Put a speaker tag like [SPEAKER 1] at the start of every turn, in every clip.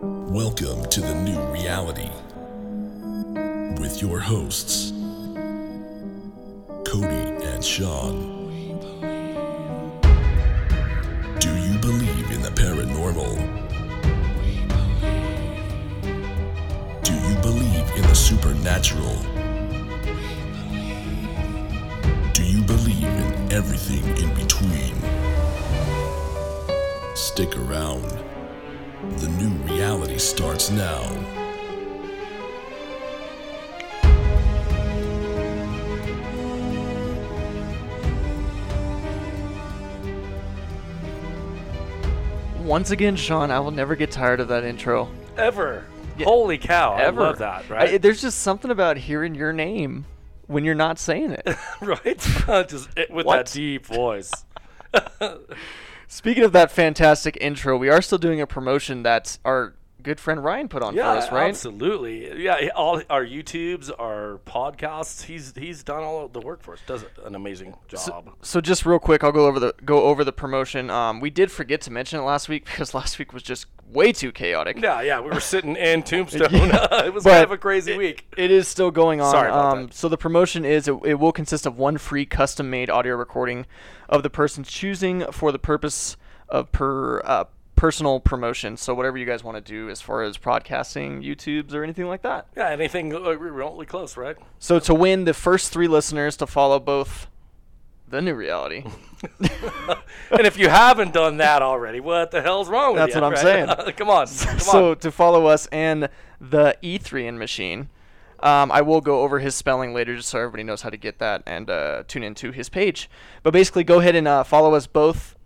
[SPEAKER 1] Welcome to the new reality with your hosts, Cody and Sean. Do you believe in the paranormal? Do you believe in the supernatural? Do you believe in everything in between? Stick around. The new reality starts now.
[SPEAKER 2] Once again, Sean, I will never get tired of that intro.
[SPEAKER 3] Ever.
[SPEAKER 2] Yeah.
[SPEAKER 3] Holy cow.
[SPEAKER 2] Ever.
[SPEAKER 3] I love that,
[SPEAKER 2] I-
[SPEAKER 3] right?
[SPEAKER 2] there's just something about hearing your name when you're not saying it.
[SPEAKER 3] right? Just it- with
[SPEAKER 2] What?
[SPEAKER 3] that deep voice.
[SPEAKER 2] Speaking of that fantastic intro, we are still doing a promotion that our good friend Ryan put on
[SPEAKER 3] yeah,
[SPEAKER 2] for us, right?
[SPEAKER 3] absolutely. Yeah, he- all our YouTubes, our podcasts, he's he's done all of the work for us. Does an amazing job.
[SPEAKER 2] So just real quick, I'll go over the go over the promotion. Um, we did forget to mention it last week because last week was just way too chaotic.
[SPEAKER 3] yeah, yeah, we were sitting in Tombstone. it was
[SPEAKER 2] but
[SPEAKER 3] kind of a crazy week.
[SPEAKER 2] It is still going on.
[SPEAKER 3] Sorry about
[SPEAKER 2] um, So the promotion is it, it will consist of one free custom-made audio recording of the person's choosing for the purpose of per uh, personal promotion. So whatever you guys want to do as far as podcasting, YouTubes, or anything like that.
[SPEAKER 3] Yeah, anything uh, we're remotely close, right?
[SPEAKER 2] So to win, the first three listeners to follow both the new reality.
[SPEAKER 3] and if you haven't done that already, what the hell's wrong with
[SPEAKER 2] That's
[SPEAKER 3] you?
[SPEAKER 2] what I'm
[SPEAKER 3] right?
[SPEAKER 2] saying.
[SPEAKER 3] come on. Come
[SPEAKER 2] so
[SPEAKER 3] on.
[SPEAKER 2] to follow us and the E3 in machine. Um, I will go over his spelling later just so everybody knows how to get that and uh, tune into his page. But basically, go ahead and uh, follow us both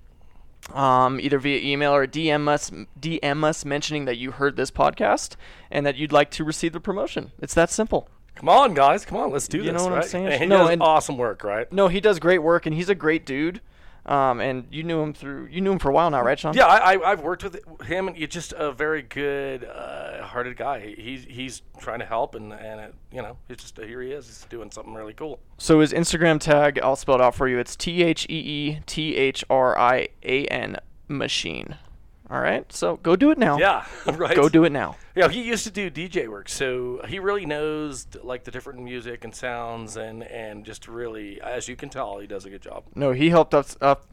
[SPEAKER 2] um, either via email or DM us, DM us mentioning that you heard this podcast and that you'd like to receive the promotion. It's that simple.
[SPEAKER 3] Come on, guys. Come on. Let's do
[SPEAKER 2] You
[SPEAKER 3] this.
[SPEAKER 2] know what I'm
[SPEAKER 3] right?
[SPEAKER 2] saying?
[SPEAKER 3] And he
[SPEAKER 2] No,
[SPEAKER 3] does
[SPEAKER 2] and-
[SPEAKER 3] awesome work, right?
[SPEAKER 2] No, he does great work and he's a great dude. Um, and you knew him through, you knew him for a while now, right, Sean?
[SPEAKER 3] Yeah, I, I, I've worked with him, and he's just a very good, uh, hearted guy. He's he's trying to help, and and it, you know, he's just here. He is. He's doing something really cool.
[SPEAKER 2] So his Instagram tag, I'll spell it out for you. It's T H E E T H R I A N machine. All right. So go do it now.
[SPEAKER 3] Yeah, right.
[SPEAKER 2] Go do it now.
[SPEAKER 3] Yeah, he used to do DJ work, so he really knows like the different music and sounds, and and just really, as you can tell, he does a good job.
[SPEAKER 2] No, he helped us up,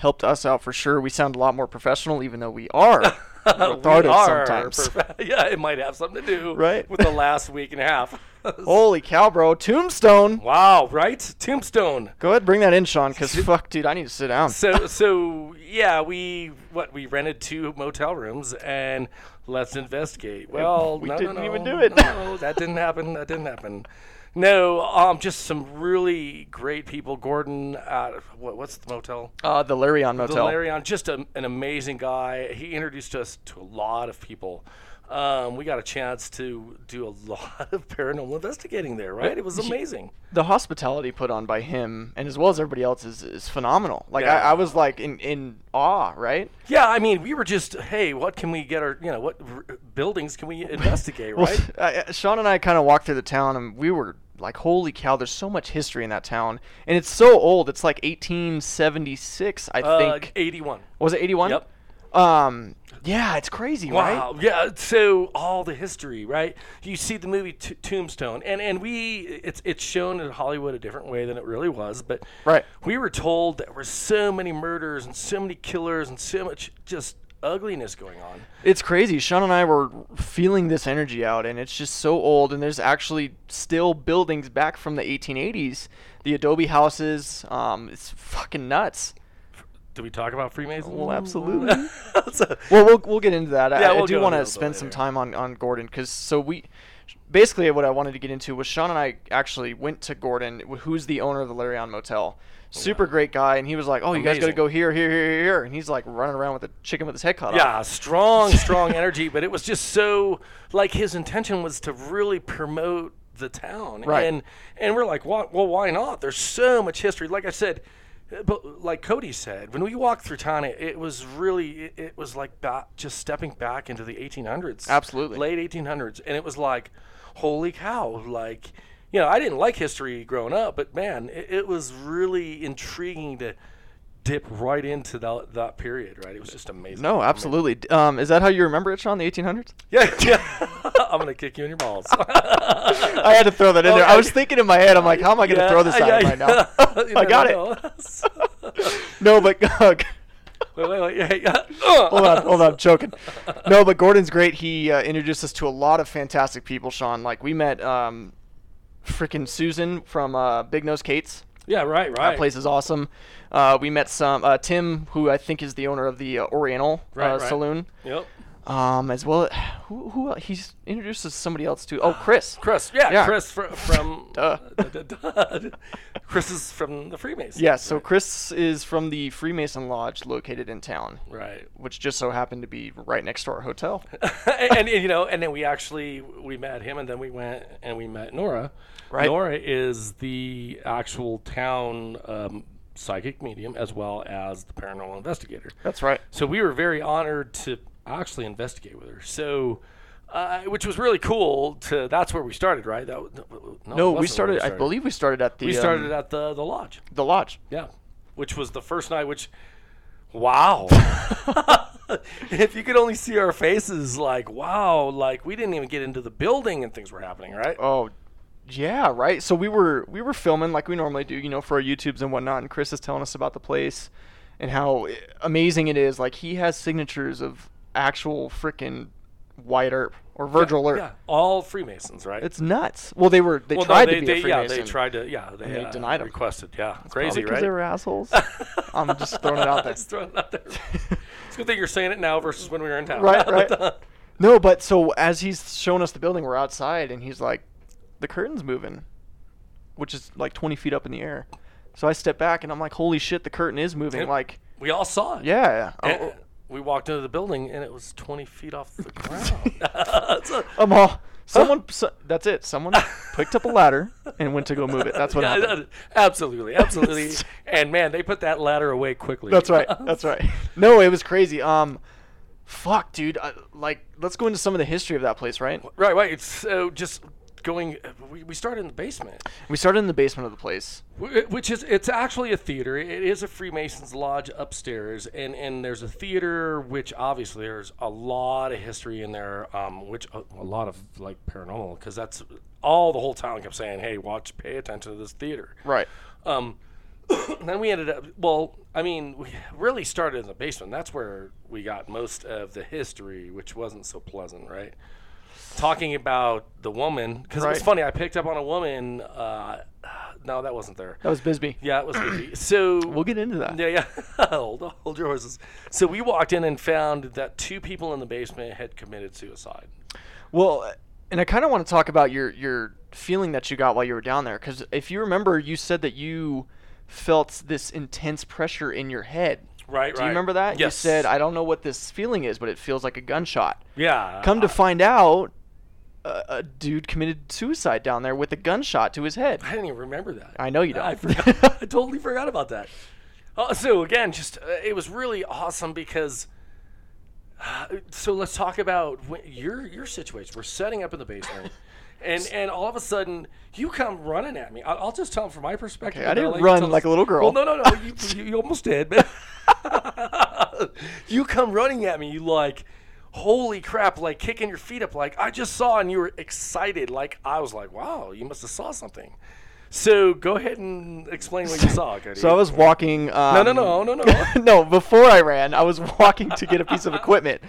[SPEAKER 2] helped us out for sure. We sound a lot more professional, even though we are retarded
[SPEAKER 3] Uh, We are
[SPEAKER 2] sometimes.
[SPEAKER 3] prof- yeah, it might have something to do
[SPEAKER 2] Right.
[SPEAKER 3] with the last week and a half.
[SPEAKER 2] Holy cow, bro! Tombstone.
[SPEAKER 3] wow, right? Tombstone.
[SPEAKER 2] Go ahead, bring that in, Sean. Cause fuck, dude, I need to sit down.
[SPEAKER 3] so so yeah, we what we rented two motel rooms and let's investigate. Well,
[SPEAKER 2] we
[SPEAKER 3] no, no,
[SPEAKER 2] didn't even
[SPEAKER 3] no,
[SPEAKER 2] do it.
[SPEAKER 3] No, that didn't happen. That didn't happen. No, um, just some really great people. Gordon, uh, what, what's the motel?
[SPEAKER 2] Uh, the Larion Motel.
[SPEAKER 3] Valerian, just a, an amazing guy. He introduced us to a lot of people. Um, we got a chance to do a lot of paranormal investigating there, right? It was amazing.
[SPEAKER 2] the hospitality put on by him and as well as everybody else is, is phenomenal. Like
[SPEAKER 3] Yeah.
[SPEAKER 2] I, I was like in, in awe, right?
[SPEAKER 3] Yeah, I mean, we were just, hey, what can we get our, you know, what r- buildings can we investigate,
[SPEAKER 2] Well,
[SPEAKER 3] right?
[SPEAKER 2] I- I- Sean and I kind of walked through the town, and we were like, "Holy cow! There's so much history in that town, and it's so old. It's like 1876, I
[SPEAKER 3] Uh,
[SPEAKER 2] think.
[SPEAKER 3] 81.
[SPEAKER 2] Was it 81?
[SPEAKER 3] Yep.
[SPEAKER 2] Um, yeah, it's crazy, right?
[SPEAKER 3] Wow. Yeah. So all the history, right? You see the movie T- Tombstone, and and we it's it's shown in Hollywood a different way than it really was, but
[SPEAKER 2] Right.
[SPEAKER 3] We were told there were so many murders and so many killers and so much just ugliness going on.
[SPEAKER 2] It's crazy. Sean and I were feeling this energy out, and it's just so old. And there's actually still buildings back from the 1880s, the adobe houses. Um, it's fucking nuts.
[SPEAKER 3] Did we talk about Freemasons?
[SPEAKER 2] Well, absolutely.
[SPEAKER 3] So-
[SPEAKER 2] well, we'll we'll get into that. I,
[SPEAKER 3] Yeah,
[SPEAKER 2] I
[SPEAKER 3] we'll
[SPEAKER 2] do
[SPEAKER 3] go
[SPEAKER 2] want
[SPEAKER 3] into
[SPEAKER 2] to
[SPEAKER 3] that
[SPEAKER 2] spend some
[SPEAKER 3] later.
[SPEAKER 2] time on on Gordon because so we basically what I wanted to get into was Sean and I actually went to Gordon, wh- who's the owner of the Larion Motel. Super great guy, and he was like, "Oh, you guys got to
[SPEAKER 3] Oh, Amazing.
[SPEAKER 2] go here, here, here, here," and he's like running around with a chicken with his head cut off.
[SPEAKER 3] Yeah, strong, strong energy, but it was just so like his intention was to really promote the town,
[SPEAKER 2] Right.
[SPEAKER 3] And and we're like, why, well, why not? There's so much history. Like I said, uh, but like Cody said, when we walked through town, it, it was really it, it was like ba- just stepping back into the 1800s,
[SPEAKER 2] Absolutely.
[SPEAKER 3] late 1800s, and it was like, holy cow, like. You know, I didn't like history growing up, but man, it, it was really intriguing to dip right into that, that period, right? It was just amazing.
[SPEAKER 2] No, absolutely. D- Um, is that how you remember it, Sean? The 1800s?
[SPEAKER 3] Yeah, yeah. I'm gonna kick you in your balls.
[SPEAKER 2] I had to throw that in there. I
[SPEAKER 3] Okay.
[SPEAKER 2] was thinking in my head, I'm like, how am I going to throw this
[SPEAKER 3] Yeah,
[SPEAKER 2] out
[SPEAKER 3] yeah,
[SPEAKER 2] right now?
[SPEAKER 3] yeah. You
[SPEAKER 2] I got
[SPEAKER 3] never know.
[SPEAKER 2] it. no, but uh,
[SPEAKER 3] wait, wait, wait. yeah, yeah. Uh,
[SPEAKER 2] hold on, hold on, I'm choking. No, but Gordon's great. He uh, introduced us to a lot of fantastic people, Sean. Like we met um, freaking Susan from uh, Big Nose Kate's.
[SPEAKER 3] Yeah, right, right.
[SPEAKER 2] That place is awesome. Uh, we met some uh, Tim, who I think is the owner of the uh, Oriental
[SPEAKER 3] Right,
[SPEAKER 2] uh,
[SPEAKER 3] right.
[SPEAKER 2] Saloon,
[SPEAKER 3] Yep.
[SPEAKER 2] um, as well. Who, who el he's introduced us to somebody else too? Oh, Chris.
[SPEAKER 3] Chris, yeah,
[SPEAKER 2] Yeah.
[SPEAKER 3] Chris fr- from
[SPEAKER 2] Duh.
[SPEAKER 3] duh, duh, duh. Chris is from the Freemasons.
[SPEAKER 2] Yeah, so Chris is from the Freemason Lodge located in town,
[SPEAKER 3] right.
[SPEAKER 2] which just so happened to be right next to our hotel.
[SPEAKER 3] and, and you know, and then we actually we met him, and then we went and we met Nora.
[SPEAKER 2] Right.
[SPEAKER 3] Nora is the actual town um, psychic medium as well as the paranormal investigator.
[SPEAKER 2] That's right.
[SPEAKER 3] So we were very honored to actually investigate with her. So. Uh, which was really cool. To that's where we started, right? That w- no, it
[SPEAKER 2] No,
[SPEAKER 3] wasn't where
[SPEAKER 2] we started, I believe we started at the
[SPEAKER 3] we
[SPEAKER 2] um,
[SPEAKER 3] started at the the lodge.
[SPEAKER 2] the lodge.
[SPEAKER 3] Yeah, which was the first night. Which, wow! if you could only see our faces, like wow, like we didn't even get into the building and things were happening, right?
[SPEAKER 2] Oh, yeah, right. So we were we were filming like we normally do, you know, for our YouTubes and whatnot. And Chris is telling us about the place and how i- amazing it is. Like he has signatures of actual freaking White Earp or Virgil Earp.
[SPEAKER 3] Yeah, all Freemasons, right?
[SPEAKER 2] It's nuts. Well, they were they
[SPEAKER 3] well, no,
[SPEAKER 2] tried
[SPEAKER 3] they,
[SPEAKER 2] to be
[SPEAKER 3] they,
[SPEAKER 2] a
[SPEAKER 3] yeah,
[SPEAKER 2] Freemason.
[SPEAKER 3] they tried to, yeah, they,
[SPEAKER 2] they
[SPEAKER 3] uh,
[SPEAKER 2] denied 'em.
[SPEAKER 3] requested, yeah, crazy,
[SPEAKER 2] because
[SPEAKER 3] right?
[SPEAKER 2] they were assholes. I'm just throwing it out there.
[SPEAKER 3] Just throwing it out there. it's a good thing you're saying it now versus when we were in town, uh,
[SPEAKER 2] Right, right. No, but so as he's showing us the building, we're outside, and he's like, "The curtain's moving," which is like 20 feet up in the air. So I step back, and I'm like, "Holy shit, the curtain is moving!"
[SPEAKER 3] Yep.
[SPEAKER 2] Like,
[SPEAKER 3] we all saw it.
[SPEAKER 2] yeah,
[SPEAKER 3] And
[SPEAKER 2] Oh,
[SPEAKER 3] we walked into the building and it was 20 feet off the ground. It's a-
[SPEAKER 2] I'm all. oh. Someone, so, that's it. Someone picked up a ladder and went to go move it. That's what
[SPEAKER 3] Yeah,
[SPEAKER 2] happened.
[SPEAKER 3] that- absolutely, absolutely. and man, they put that ladder away quickly.
[SPEAKER 2] That's right. That's right. No, it was crazy. Um, fuck, dude. I, like, let's go into some of the history of that place, right?
[SPEAKER 3] right, right. It's so just going. We, we started in the basement,
[SPEAKER 2] We started in the basement of the place.
[SPEAKER 3] wh- which is it's actually a theater. It is a Freemasons lodge upstairs, and and there's a theater which obviously there's a lot of history in there, um, which a, a lot of like paranormal because that's all the whole town kept saying, hey, watch, pay attention to this theater.
[SPEAKER 2] Right.
[SPEAKER 3] Um, then we ended up. Well, I mean, we really started in the basement. That's where we got most of the history, which wasn't so pleasant, right? Talking about the woman, because it was
[SPEAKER 2] Right.
[SPEAKER 3] funny. I picked up on a woman. Uh, no, that wasn't there.
[SPEAKER 2] That was Bisbee.
[SPEAKER 3] Yeah, it was. creepy. so
[SPEAKER 2] We'll get into that.
[SPEAKER 3] yeah, yeah. hold, hold your horses. So we walked in and found that two people in the basement had committed suicide.
[SPEAKER 2] Well, and I kind of want to talk about your your feeling that you got while you were down there, because if you remember, you said that you felt this intense pressure in your head.
[SPEAKER 3] Right,
[SPEAKER 2] Do
[SPEAKER 3] right.
[SPEAKER 2] you remember that?
[SPEAKER 3] Yes.
[SPEAKER 2] You said, "I don't know what this feeling is, but it feels like a gunshot."
[SPEAKER 3] Yeah.
[SPEAKER 2] Come to find out, a, a dude committed suicide down there with a gunshot to his head.
[SPEAKER 3] I didn't even remember that.
[SPEAKER 2] I know you don't.
[SPEAKER 3] I, forgot, I totally forgot about that. Uh, so again, just uh, it was really awesome because. Uh, so let's talk about wh- your your situation. We're setting up in the basement, and and all of a sudden you come running at me. I'll, I'll just tell them from my perspective.
[SPEAKER 2] Okay, I
[SPEAKER 3] and I'll
[SPEAKER 2] didn't
[SPEAKER 3] let you
[SPEAKER 2] run
[SPEAKER 3] tell
[SPEAKER 2] like
[SPEAKER 3] us-
[SPEAKER 2] a little girl.
[SPEAKER 3] Well, no, no, no. You, you, you almost did, but you come running at me. You like, holy crap! Like kicking your feet up. Like I just saw, and you were excited. Like I was like, wow, you must have saw something. So go ahead and explain what you saw, Cody.
[SPEAKER 2] So I was walking.
[SPEAKER 3] no,
[SPEAKER 2] Um,
[SPEAKER 3] no, no, no, no.
[SPEAKER 2] no, before I ran, I was walking to get a piece of equipment,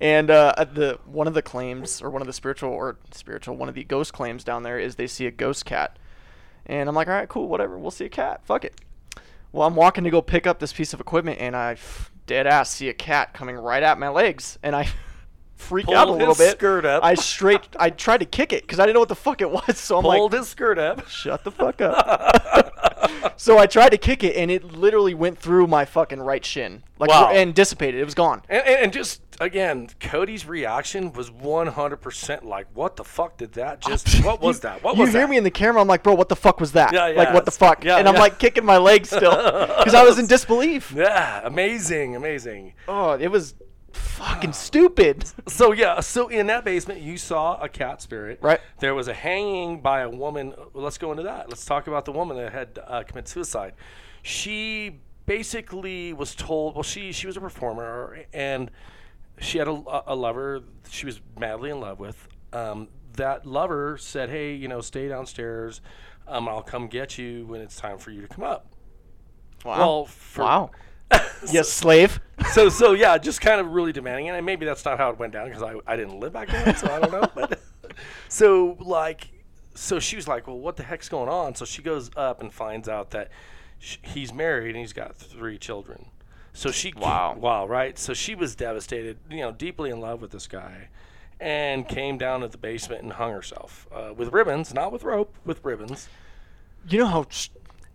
[SPEAKER 2] and uh, at the one of the claims, or one of the spiritual, or spiritual, one of the ghost claims down there is they see a ghost cat, and I'm like, all right, cool, whatever, we'll see a cat, fuck it. Well, I'm walking to go pick up this piece of equipment, and I f- dead ass see a cat coming right at my legs, and I freak out a
[SPEAKER 3] Pulled
[SPEAKER 2] little
[SPEAKER 3] his
[SPEAKER 2] bit.
[SPEAKER 3] skirt up.
[SPEAKER 2] I straight, I tried to kick it because I didn't know what the fuck it was, so I'm like,
[SPEAKER 3] Pulled his skirt up.
[SPEAKER 2] shut the fuck up. so I tried to kick it, and it literally went through my fucking right shin, like,
[SPEAKER 3] Wow.
[SPEAKER 2] and dissipated. It was gone.
[SPEAKER 3] And, and, and just again, Cody's reaction was 100% like, what the fuck did that just, what was that? What
[SPEAKER 2] you
[SPEAKER 3] was
[SPEAKER 2] hear
[SPEAKER 3] that?
[SPEAKER 2] me in the camera? I'm like, bro, what the fuck was that?
[SPEAKER 3] Yeah,
[SPEAKER 2] like,
[SPEAKER 3] yeah,
[SPEAKER 2] what the
[SPEAKER 3] it's-
[SPEAKER 2] fuck?
[SPEAKER 3] yeah,
[SPEAKER 2] and I'm
[SPEAKER 3] yeah.
[SPEAKER 2] like kicking my leg still because I was in disbelief.
[SPEAKER 3] yeah, amazing, amazing.
[SPEAKER 2] Oh, it was fucking stupid.
[SPEAKER 3] So yeah, so in that basement, you saw a cat spirit.
[SPEAKER 2] Right.
[SPEAKER 3] There was a hanging by a woman. Let's go into that. Let's talk about the woman that had uh, committed suicide. She basically was told well she she was a performer and she had a, a lover she was madly in love with um, that lover said hey you know stay downstairs um, i'll come get you when it's time for you to come up
[SPEAKER 2] Wow.
[SPEAKER 3] well for,
[SPEAKER 2] wow. yes, slave.
[SPEAKER 3] so so yeah, just kind of really demanding it. And maybe that's not how it went down because I, I didn't live back then, so I don't know. But so like, so she was like, well, what the heck's going on? So she goes up and finds out that sh- he's married and he's got three children. So she
[SPEAKER 2] Wow.
[SPEAKER 3] wow right. So she was devastated, you know, deeply in love with this guy, and came down to the basement and hung herself uh, with ribbons, not with rope, with ribbons.
[SPEAKER 2] You know how sh-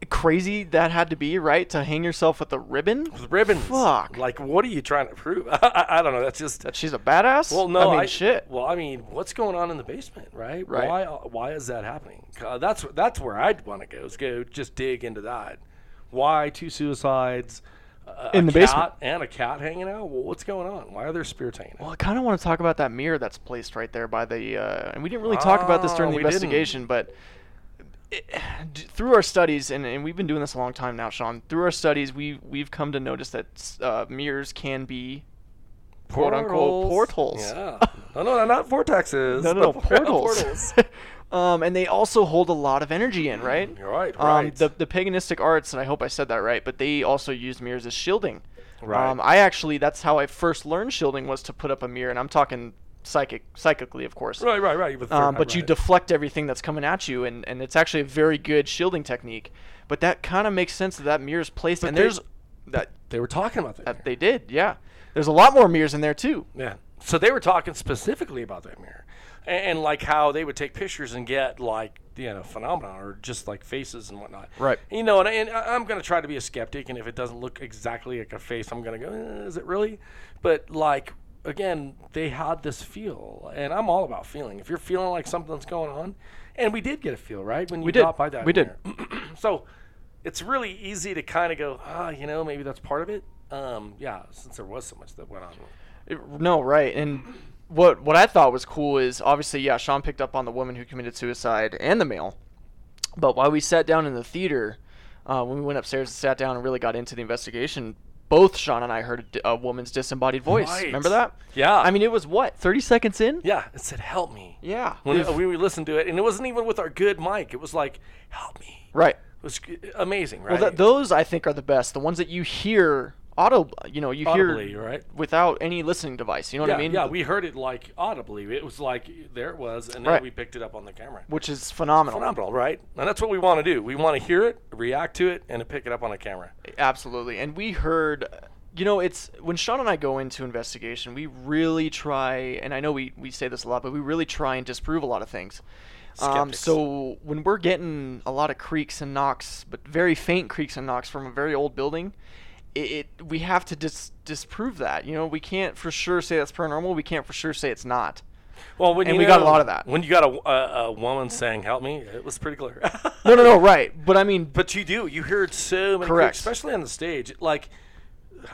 [SPEAKER 2] crazy that had to be, right? To hang yourself with a ribbon?
[SPEAKER 3] With ribbons.
[SPEAKER 2] Fuck.
[SPEAKER 3] Like, what are you trying to prove? I, I, I don't know. That's just
[SPEAKER 2] That she's a badass?
[SPEAKER 3] Well, no,
[SPEAKER 2] I mean, shit.
[SPEAKER 3] Well, I mean, what's going on in the basement, right?
[SPEAKER 2] Right.
[SPEAKER 3] Why? uh, Why is that happening? Uh, that's that's where I'd want to go. Is go just dig into that. Why two suicides? Uh,
[SPEAKER 2] In the
[SPEAKER 3] cat
[SPEAKER 2] basement.
[SPEAKER 3] and a cat hanging out. Well, what's going on? Why are there spears hanging out?
[SPEAKER 2] Well, I kind of want to talk about that mirror that's placed right there by the, uh, and we didn't really talk about this during
[SPEAKER 3] Ah,
[SPEAKER 2] the
[SPEAKER 3] we didn't.
[SPEAKER 2] investigation, but it, d- through our studies, and, and we've been doing this a long time now, Sean. Through our studies, we we've come to notice that s- uh, mirrors can be quote unquote portals.
[SPEAKER 3] Yeah. No, no, not vortexes.
[SPEAKER 2] No, no, no,
[SPEAKER 3] but
[SPEAKER 2] portals. um, and they also hold a lot of energy in, right?
[SPEAKER 3] Mm, You're right,
[SPEAKER 2] Um,
[SPEAKER 3] right.
[SPEAKER 2] the, the paganistic arts, and I hope I said that right, but they also used mirrors as shielding.
[SPEAKER 3] Right.
[SPEAKER 2] Um, I actually, that's how I first learned shielding was to put up a mirror, and I'm talking psychic, psychically, of course.
[SPEAKER 3] right, right, right. With
[SPEAKER 2] Um,
[SPEAKER 3] vortex,
[SPEAKER 2] but you
[SPEAKER 3] right.
[SPEAKER 2] deflect everything that's coming at you, and, and it's actually a very good shielding technique. But that kind of makes sense that that mirror's placed, and
[SPEAKER 3] they-
[SPEAKER 2] there's that
[SPEAKER 3] they were talking about that.
[SPEAKER 2] that they did, yeah. There's a lot more mirrors in there too.
[SPEAKER 3] Yeah. So they were talking specifically about that mirror, and, and like how they would take pictures and get like you know phenomena or just like faces and whatnot.
[SPEAKER 2] Right.
[SPEAKER 3] You know, and, and I- I'm gonna try to be a skeptic, and if it doesn't look exactly like a face, I'm gonna go, "Eh, is it really? But like again, they had this feel, and I'm all about feeling. If you're feeling like something's going on, and we did get a feel, right? When you
[SPEAKER 2] did.
[SPEAKER 3] got by that,
[SPEAKER 2] We did.
[SPEAKER 3] mirror so it's really easy to kind of go, ah, you know, maybe that's part of it. Um, yeah, since there was so much that went on.
[SPEAKER 2] It- no, right. And what what I thought was cool is obviously, yeah, Sean picked up on the woman who committed suicide and the male. But while we sat down in the theater, uh, when we went upstairs and sat down and really got into the investigation, both Sean and I heard a di- a, woman's disembodied voice.
[SPEAKER 3] Right.
[SPEAKER 2] Remember that?
[SPEAKER 3] Yeah.
[SPEAKER 2] I mean, it was what thirty seconds in.
[SPEAKER 3] Yeah, it said help me.
[SPEAKER 2] Yeah.
[SPEAKER 3] When
[SPEAKER 2] We've-
[SPEAKER 3] we, we listened to it, and it wasn't even with our good mic. It was like help me.
[SPEAKER 2] right.
[SPEAKER 3] It was g- amazing, right?
[SPEAKER 2] Well, th- those I think are the best. The ones that you hear auto, you know, you
[SPEAKER 3] Audibly,
[SPEAKER 2] hear
[SPEAKER 3] right?
[SPEAKER 2] without any listening device. You know
[SPEAKER 3] yeah,
[SPEAKER 2] what I mean?
[SPEAKER 3] yeah, we heard it like audibly. It was like there it was, and then
[SPEAKER 2] Right.
[SPEAKER 3] we picked it up on the camera.
[SPEAKER 2] Which is phenomenal.
[SPEAKER 3] Phenomenal, right? And that's what we want to do. We want to hear it, react to it, and then pick it up on a camera.
[SPEAKER 2] Absolutely. And we heard, you know, it's when Sean and I go into investigation, we really try, and I know we, we say this a lot, but we really try and disprove a lot of things. Um,
[SPEAKER 3] Skeptics.
[SPEAKER 2] so when we're getting a lot of creaks and knocks, but very faint creaks and knocks from a very old building, it, it we have to dis- disprove that. You know, we can't for sure say that's paranormal. We can't for sure say it's not.
[SPEAKER 3] Well, when
[SPEAKER 2] And
[SPEAKER 3] you
[SPEAKER 2] we got a
[SPEAKER 3] know-
[SPEAKER 2] lot of that.
[SPEAKER 3] When you got a, a, a woman saying "help me," it was pretty clear.
[SPEAKER 2] No, no, no, right. But I mean,
[SPEAKER 3] But you do. You hear so many,
[SPEAKER 2] Correct.
[SPEAKER 3] creaks, especially on the stage. Like,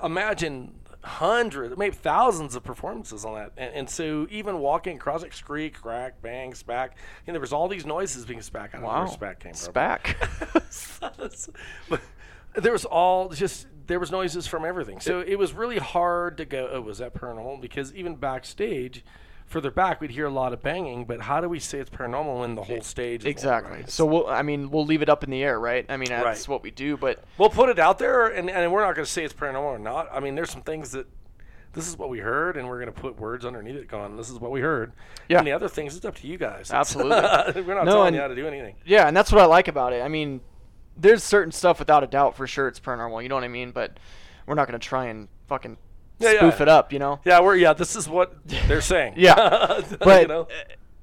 [SPEAKER 3] imagine hundreds, maybe thousands of performances on that. And, and so even walking across it, screak, crack, bang, spack, and there was all these noises being spack. I don't know
[SPEAKER 2] wow.
[SPEAKER 3] where spack came from.
[SPEAKER 2] Spac.
[SPEAKER 3] but there was all just there was noises from everything. So it was really hard to go. Oh, was that paranormal? Because even backstage, further back, we'd hear a lot of banging. But how do we say it's paranormal when the whole stage? is all
[SPEAKER 2] exactly.
[SPEAKER 3] right?
[SPEAKER 2] So we'll, I mean, we'll leave it up in the air, right? I mean, that's
[SPEAKER 3] Right.
[SPEAKER 2] what we do. But
[SPEAKER 3] We'll put it out there, and, and we're not going to say it's paranormal or not. I mean, there's some things that this is what we heard, and we're going to put words underneath it going, this is what we heard.
[SPEAKER 2] Yeah.
[SPEAKER 3] And the other things, it's up to you guys. It's-
[SPEAKER 2] Absolutely.
[SPEAKER 3] we're not
[SPEAKER 2] No,
[SPEAKER 3] telling
[SPEAKER 2] and-
[SPEAKER 3] you how to do anything.
[SPEAKER 2] Yeah, and that's what I like about it. I mean, there's certain stuff without a doubt for sure it's paranormal. You know what I mean? But we're not gonna try and fucking
[SPEAKER 3] Yeah, yeah.
[SPEAKER 2] spoof it up, you know?
[SPEAKER 3] Yeah, we're yeah. This is what they're saying.
[SPEAKER 2] Yeah.
[SPEAKER 3] but
[SPEAKER 2] But uh,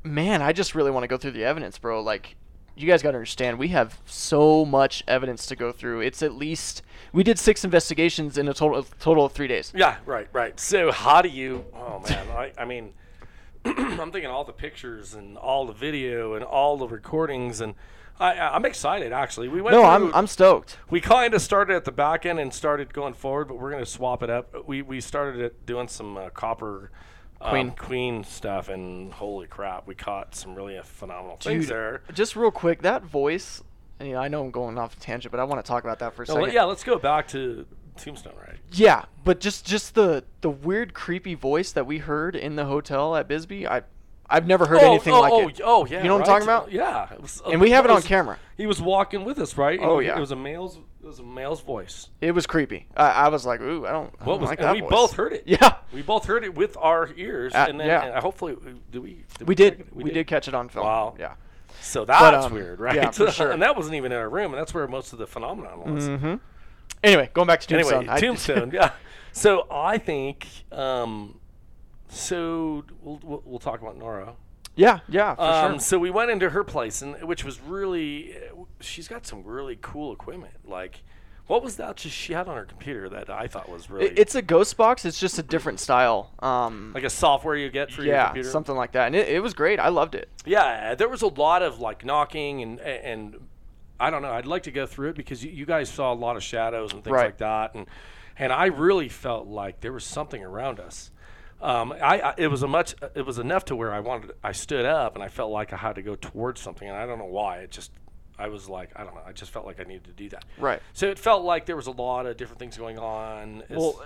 [SPEAKER 2] man, I just really want to go through the evidence, bro. Like, you guys gotta understand, we have so much evidence to go through. It's at least we did six investigations in a total total of three days.
[SPEAKER 3] yeah, right, right. So how do you? Oh man, I, I mean, I'm thinking all the pictures and all the video and all the recordings, and I, I- I'm excited actually. We went.
[SPEAKER 2] No,
[SPEAKER 3] through,
[SPEAKER 2] I'm I'm stoked.
[SPEAKER 3] we kind of started at the back end and started going forward, but we're going to swap it up. We we started at doing some uh, copper um,
[SPEAKER 2] Queen.
[SPEAKER 3] queen stuff, and holy crap, we caught some really uh, phenomenal things
[SPEAKER 2] Dude,
[SPEAKER 3] there.
[SPEAKER 2] just real quick, that voice and, you know, I know I'm going off a tangent, but I want to talk about that for a
[SPEAKER 3] No,
[SPEAKER 2] second.
[SPEAKER 3] let- yeah, let's go back to Tombstone, right?
[SPEAKER 2] Yeah, but just just the the weird creepy voice that we heard in the hotel at Bisbee. I I've never heard anything
[SPEAKER 3] oh,
[SPEAKER 2] like
[SPEAKER 3] oh,
[SPEAKER 2] it.
[SPEAKER 3] Oh, yeah.
[SPEAKER 2] You know what I'm talking
[SPEAKER 3] right?
[SPEAKER 2] about?
[SPEAKER 3] Yeah. It was-
[SPEAKER 2] And we have it
[SPEAKER 3] it
[SPEAKER 2] on
[SPEAKER 3] was-
[SPEAKER 2] camera.
[SPEAKER 3] He was walking with us, right? And
[SPEAKER 2] Oh,
[SPEAKER 3] we-
[SPEAKER 2] yeah.
[SPEAKER 3] It was a male's. It was a male's voice.
[SPEAKER 2] It was creepy. I, I was like, ooh, I don't. I
[SPEAKER 3] What
[SPEAKER 2] don't
[SPEAKER 3] was?
[SPEAKER 2] like
[SPEAKER 3] and
[SPEAKER 2] that
[SPEAKER 3] we
[SPEAKER 2] voice.
[SPEAKER 3] both heard it.
[SPEAKER 2] Yeah,
[SPEAKER 3] We both heard it with our ears,
[SPEAKER 2] Uh,
[SPEAKER 3] and then
[SPEAKER 2] yeah.
[SPEAKER 3] and hopefully, did we? Did
[SPEAKER 2] we did.
[SPEAKER 3] check it?
[SPEAKER 2] We, did. catch it on film.
[SPEAKER 3] Wow.
[SPEAKER 2] Yeah.
[SPEAKER 3] So that's
[SPEAKER 2] um,
[SPEAKER 3] weird, right?
[SPEAKER 2] yeah, for sure.
[SPEAKER 3] and that wasn't even in our room, and that's where most of the phenomenon was.
[SPEAKER 2] Anyway, going back to
[SPEAKER 3] Anyway,
[SPEAKER 2] Tombstone. I-
[SPEAKER 3] Tombstone. yeah. So I think. Um, so we'll, we'll, we'll talk about Nora.
[SPEAKER 2] yeah, yeah, for
[SPEAKER 3] Um,
[SPEAKER 2] sure.
[SPEAKER 3] So we went into her place, and which was really, uh, she's got some really cool equipment. Like, what was that she- she had on her computer that I thought was really
[SPEAKER 2] It- it's a ghost box. It's just a different style. Um,
[SPEAKER 3] like a software you get for your
[SPEAKER 2] yeah,
[SPEAKER 3] computer?
[SPEAKER 2] something like that. And it, it was great. I loved it.
[SPEAKER 3] Yeah, there was a lot of like knocking and and I don't know. I'd like to go through it because you, you guys saw a lot of shadows and things
[SPEAKER 2] Right.
[SPEAKER 3] like that, and and I really felt like there was something around us. Um, I, I it was a much it was enough to where I wanted I stood up and I felt like I had to go towards something and I don't know why it just I was like I don't know I just felt like I needed to do that
[SPEAKER 2] Right.
[SPEAKER 3] so it felt like there was a lot of different things going on It's-
[SPEAKER 2] Well,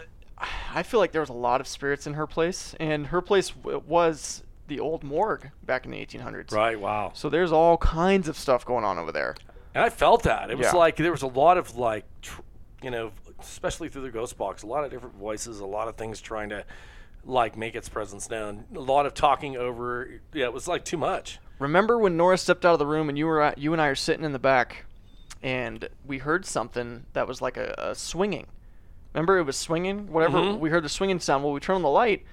[SPEAKER 2] I feel like there was a lot of spirits in her place, and her place w- was the old morgue back in the 1800s.
[SPEAKER 3] right wow
[SPEAKER 2] So there's all kinds of stuff going on over there.
[SPEAKER 3] And I felt that. It was
[SPEAKER 2] Yeah.
[SPEAKER 3] like there was a lot of like, tr- you know, especially through the ghost box, a lot of different voices, a lot of things trying to like make its presence known. A lot of talking over. Yeah, it was like too much.
[SPEAKER 2] Remember when Nora stepped out of the room and you were at, you and I are sitting in the back, and we heard something that was like a, a swinging. Remember it was swinging. Whatever we heard the swinging sound. Well, we turned on the light.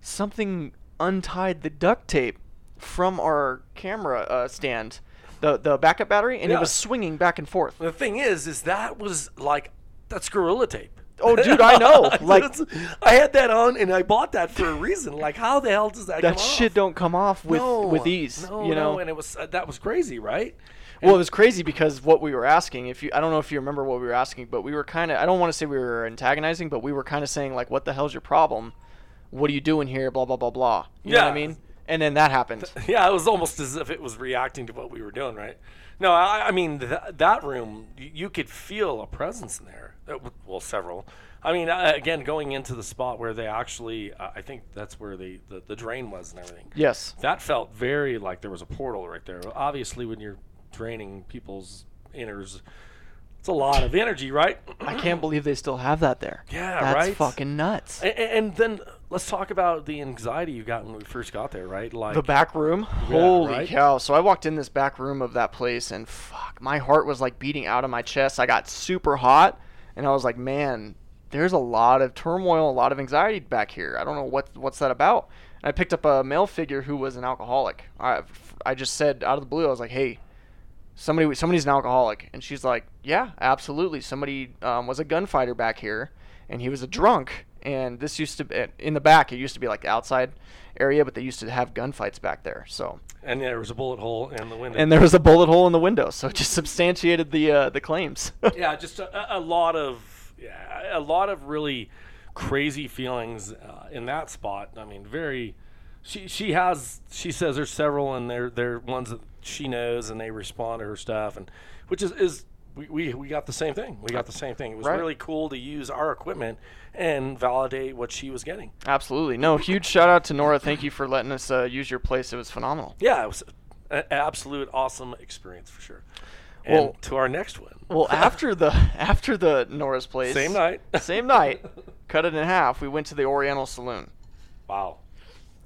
[SPEAKER 2] Something untied the duct tape from our camera uh, stand, the the backup battery, and
[SPEAKER 3] Yeah.
[SPEAKER 2] it was swinging back and forth.
[SPEAKER 3] The thing is, is that was like that's gorilla tape.
[SPEAKER 2] Oh, dude, I know. Like-
[SPEAKER 3] That's- I had that on, and I bought that for a reason. Like, how the hell does that?
[SPEAKER 2] that
[SPEAKER 3] come
[SPEAKER 2] shit
[SPEAKER 3] off?
[SPEAKER 2] don't come off with with
[SPEAKER 3] No,
[SPEAKER 2] ease.
[SPEAKER 3] No,
[SPEAKER 2] you know.
[SPEAKER 3] no, and it was uh, that was crazy, right?
[SPEAKER 2] well, it was crazy because what we were asking, if you, I don't know if you remember what we were asking, but we were kind of, I don't want to say we were antagonizing, but we were kind of saying like, "What the hell's your problem? What are you doing here?" Blah blah blah blah. You know what
[SPEAKER 3] Yeah.
[SPEAKER 2] I mean? And then that happened.
[SPEAKER 3] Yeah, it was almost as if it was reacting to what we were doing, right? No, I, I mean th- that room, y- you could feel a presence in there. Uh, w- Well, several. I mean, uh, again, going into the spot where they actually, uh, I think that's where the, the the drain was and everything.
[SPEAKER 2] yes.
[SPEAKER 3] That felt very like there was a portal right there. Obviously, when you're draining people's inners, it's a lot of energy, right?
[SPEAKER 2] I can't believe they still have that there.
[SPEAKER 3] Yeah,
[SPEAKER 2] That's
[SPEAKER 3] right?
[SPEAKER 2] fucking nuts.
[SPEAKER 3] A- a- and then let's talk about the anxiety you got when we first got there, right? Like
[SPEAKER 2] The back room. Holy
[SPEAKER 3] right?
[SPEAKER 2] cow. So I walked in this back room of that place and fuck, my heart was like beating out of my chest. I got super hot and I was like, man, there's a lot of turmoil, a lot of anxiety back here. I don't know what what's that about. And I picked up a male figure who was an alcoholic. I I just said out of the blue, I was like, hey, somebody somebody's an alcoholic and she's like yeah absolutely somebody um, was a gunfighter back here and he was a drunk and this used to be in the back it used to be like the outside area but they used to have gunfights back there so
[SPEAKER 3] and there was a bullet hole in the window.
[SPEAKER 2] and there was a bullet hole in the window so it just substantiated the uh, the claims
[SPEAKER 3] yeah, just a, a- a lot of yeah, a lot of really crazy feelings uh, in that spot. I mean, very. She she has she says there's several and they're they're ones that she knows and they respond to her stuff and which is is. We, we, we got the same thing. We got the same thing. It was
[SPEAKER 2] Right.
[SPEAKER 3] really cool to use our equipment and validate what she was getting.
[SPEAKER 2] absolutely no huge shout out to Nora thank you for letting us uh, use your place it was phenomenal
[SPEAKER 3] Yeah, it was an absolute awesome experience for sure.
[SPEAKER 2] Well-
[SPEAKER 3] and to our next one.
[SPEAKER 2] well after the after the Nora's place
[SPEAKER 3] Same night.
[SPEAKER 2] same night cut it in half we went to the Oriental Saloon
[SPEAKER 3] wow.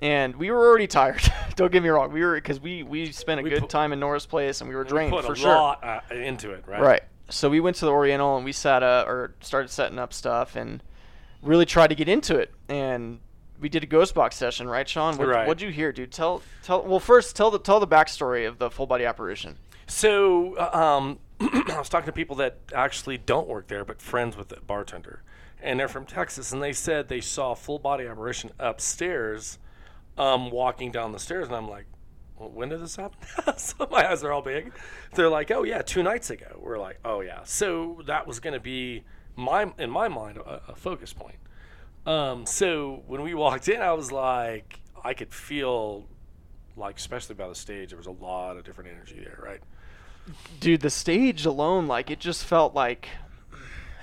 [SPEAKER 2] and we were already tired. Don't get me wrong, we were because we we spent a
[SPEAKER 3] We
[SPEAKER 2] good
[SPEAKER 3] put-
[SPEAKER 2] time in Norris Place and we were drained
[SPEAKER 3] Put
[SPEAKER 2] for
[SPEAKER 3] a
[SPEAKER 2] sure.
[SPEAKER 3] lot uh, into it, right?
[SPEAKER 2] Right. So we went to the Oriental and we sat uh, or started setting up stuff and really tried to get into it. And we did a ghost box session, right, Sean? What,
[SPEAKER 3] Right.
[SPEAKER 2] What'd you hear, dude? Tell tell. Well, first tell the tell the backstory of the full body apparition.
[SPEAKER 3] So uh, um, I was talking to people that actually don't work there, but friends with the bartender, and they're from Texas, and they said they saw a full body apparition upstairs, um, walking down the stairs, and I'm like, well, when did this happen? so my eyes are all big. They're like, oh yeah, two nights ago. We're like, oh yeah. So that was going to be my in my mind a, a focus point. Um, so when we walked in, I was like, I could feel like especially by the stage, there was a lot of different energy there, right?
[SPEAKER 2] dude, the stage alone, like it just felt like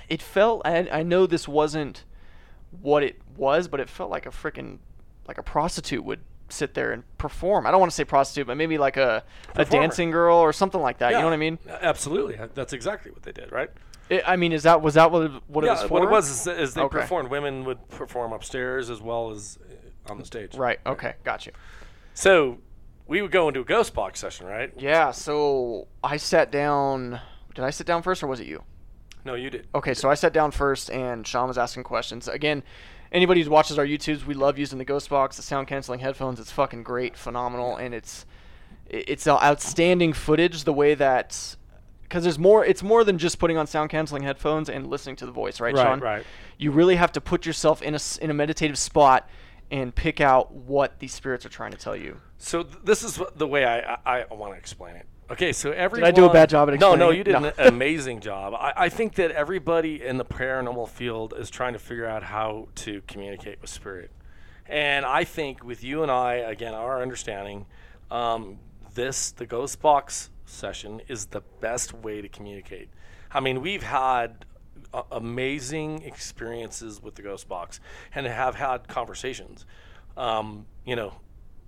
[SPEAKER 2] it felt. And I know this wasn't what it was, but it felt like a freaking like a prostitute would sit there and perform. I don't want to say prostitute, but maybe like a a
[SPEAKER 3] Performer.
[SPEAKER 2] dancing girl or something like that.
[SPEAKER 3] Yeah. Uh,
[SPEAKER 2] You know what I mean?
[SPEAKER 3] Absolutely. That's exactly what they did, right?
[SPEAKER 2] I I mean, is that was that what it, what
[SPEAKER 3] yeah,
[SPEAKER 2] it was for?
[SPEAKER 3] what it was is, is they
[SPEAKER 2] Okay.
[SPEAKER 3] performed. Women would perform upstairs as well as uh, on the stage.
[SPEAKER 2] Right. Okay. Got you.
[SPEAKER 3] So we would go into a ghost box session, right?
[SPEAKER 2] Yeah. So I sat down. Did I sit down first, or was it you?
[SPEAKER 3] No, you did.
[SPEAKER 2] Okay, so I sat down first, and Sean was asking questions. Again, anybody who watches our YouTubes, we love using the Ghost Box, the sound canceling headphones. It's fucking great, phenomenal, and it's it- it's uh, outstanding footage. The way that because there's more, it's more than just putting on sound canceling headphones and listening to the voice, right,
[SPEAKER 3] Right,
[SPEAKER 2] Sean?
[SPEAKER 3] right.
[SPEAKER 2] You really have to put yourself in a s- in a meditative spot and pick out what these spirits are trying to tell you.
[SPEAKER 3] So th- this is wh- the way I I, I want to explain it. Okay, so everyone.
[SPEAKER 2] I do a bad job at
[SPEAKER 3] No, no,
[SPEAKER 2] explaining
[SPEAKER 3] you
[SPEAKER 2] it?
[SPEAKER 3] did
[SPEAKER 2] No.
[SPEAKER 3] an amazing job. I, I think that everybody in the paranormal field is trying to figure out how to communicate with spirit, and I think with you and I again, our understanding, um, this the ghost box session is the best way to communicate. I mean, we've had a- amazing experiences with the ghost box and have had conversations. Um, you know,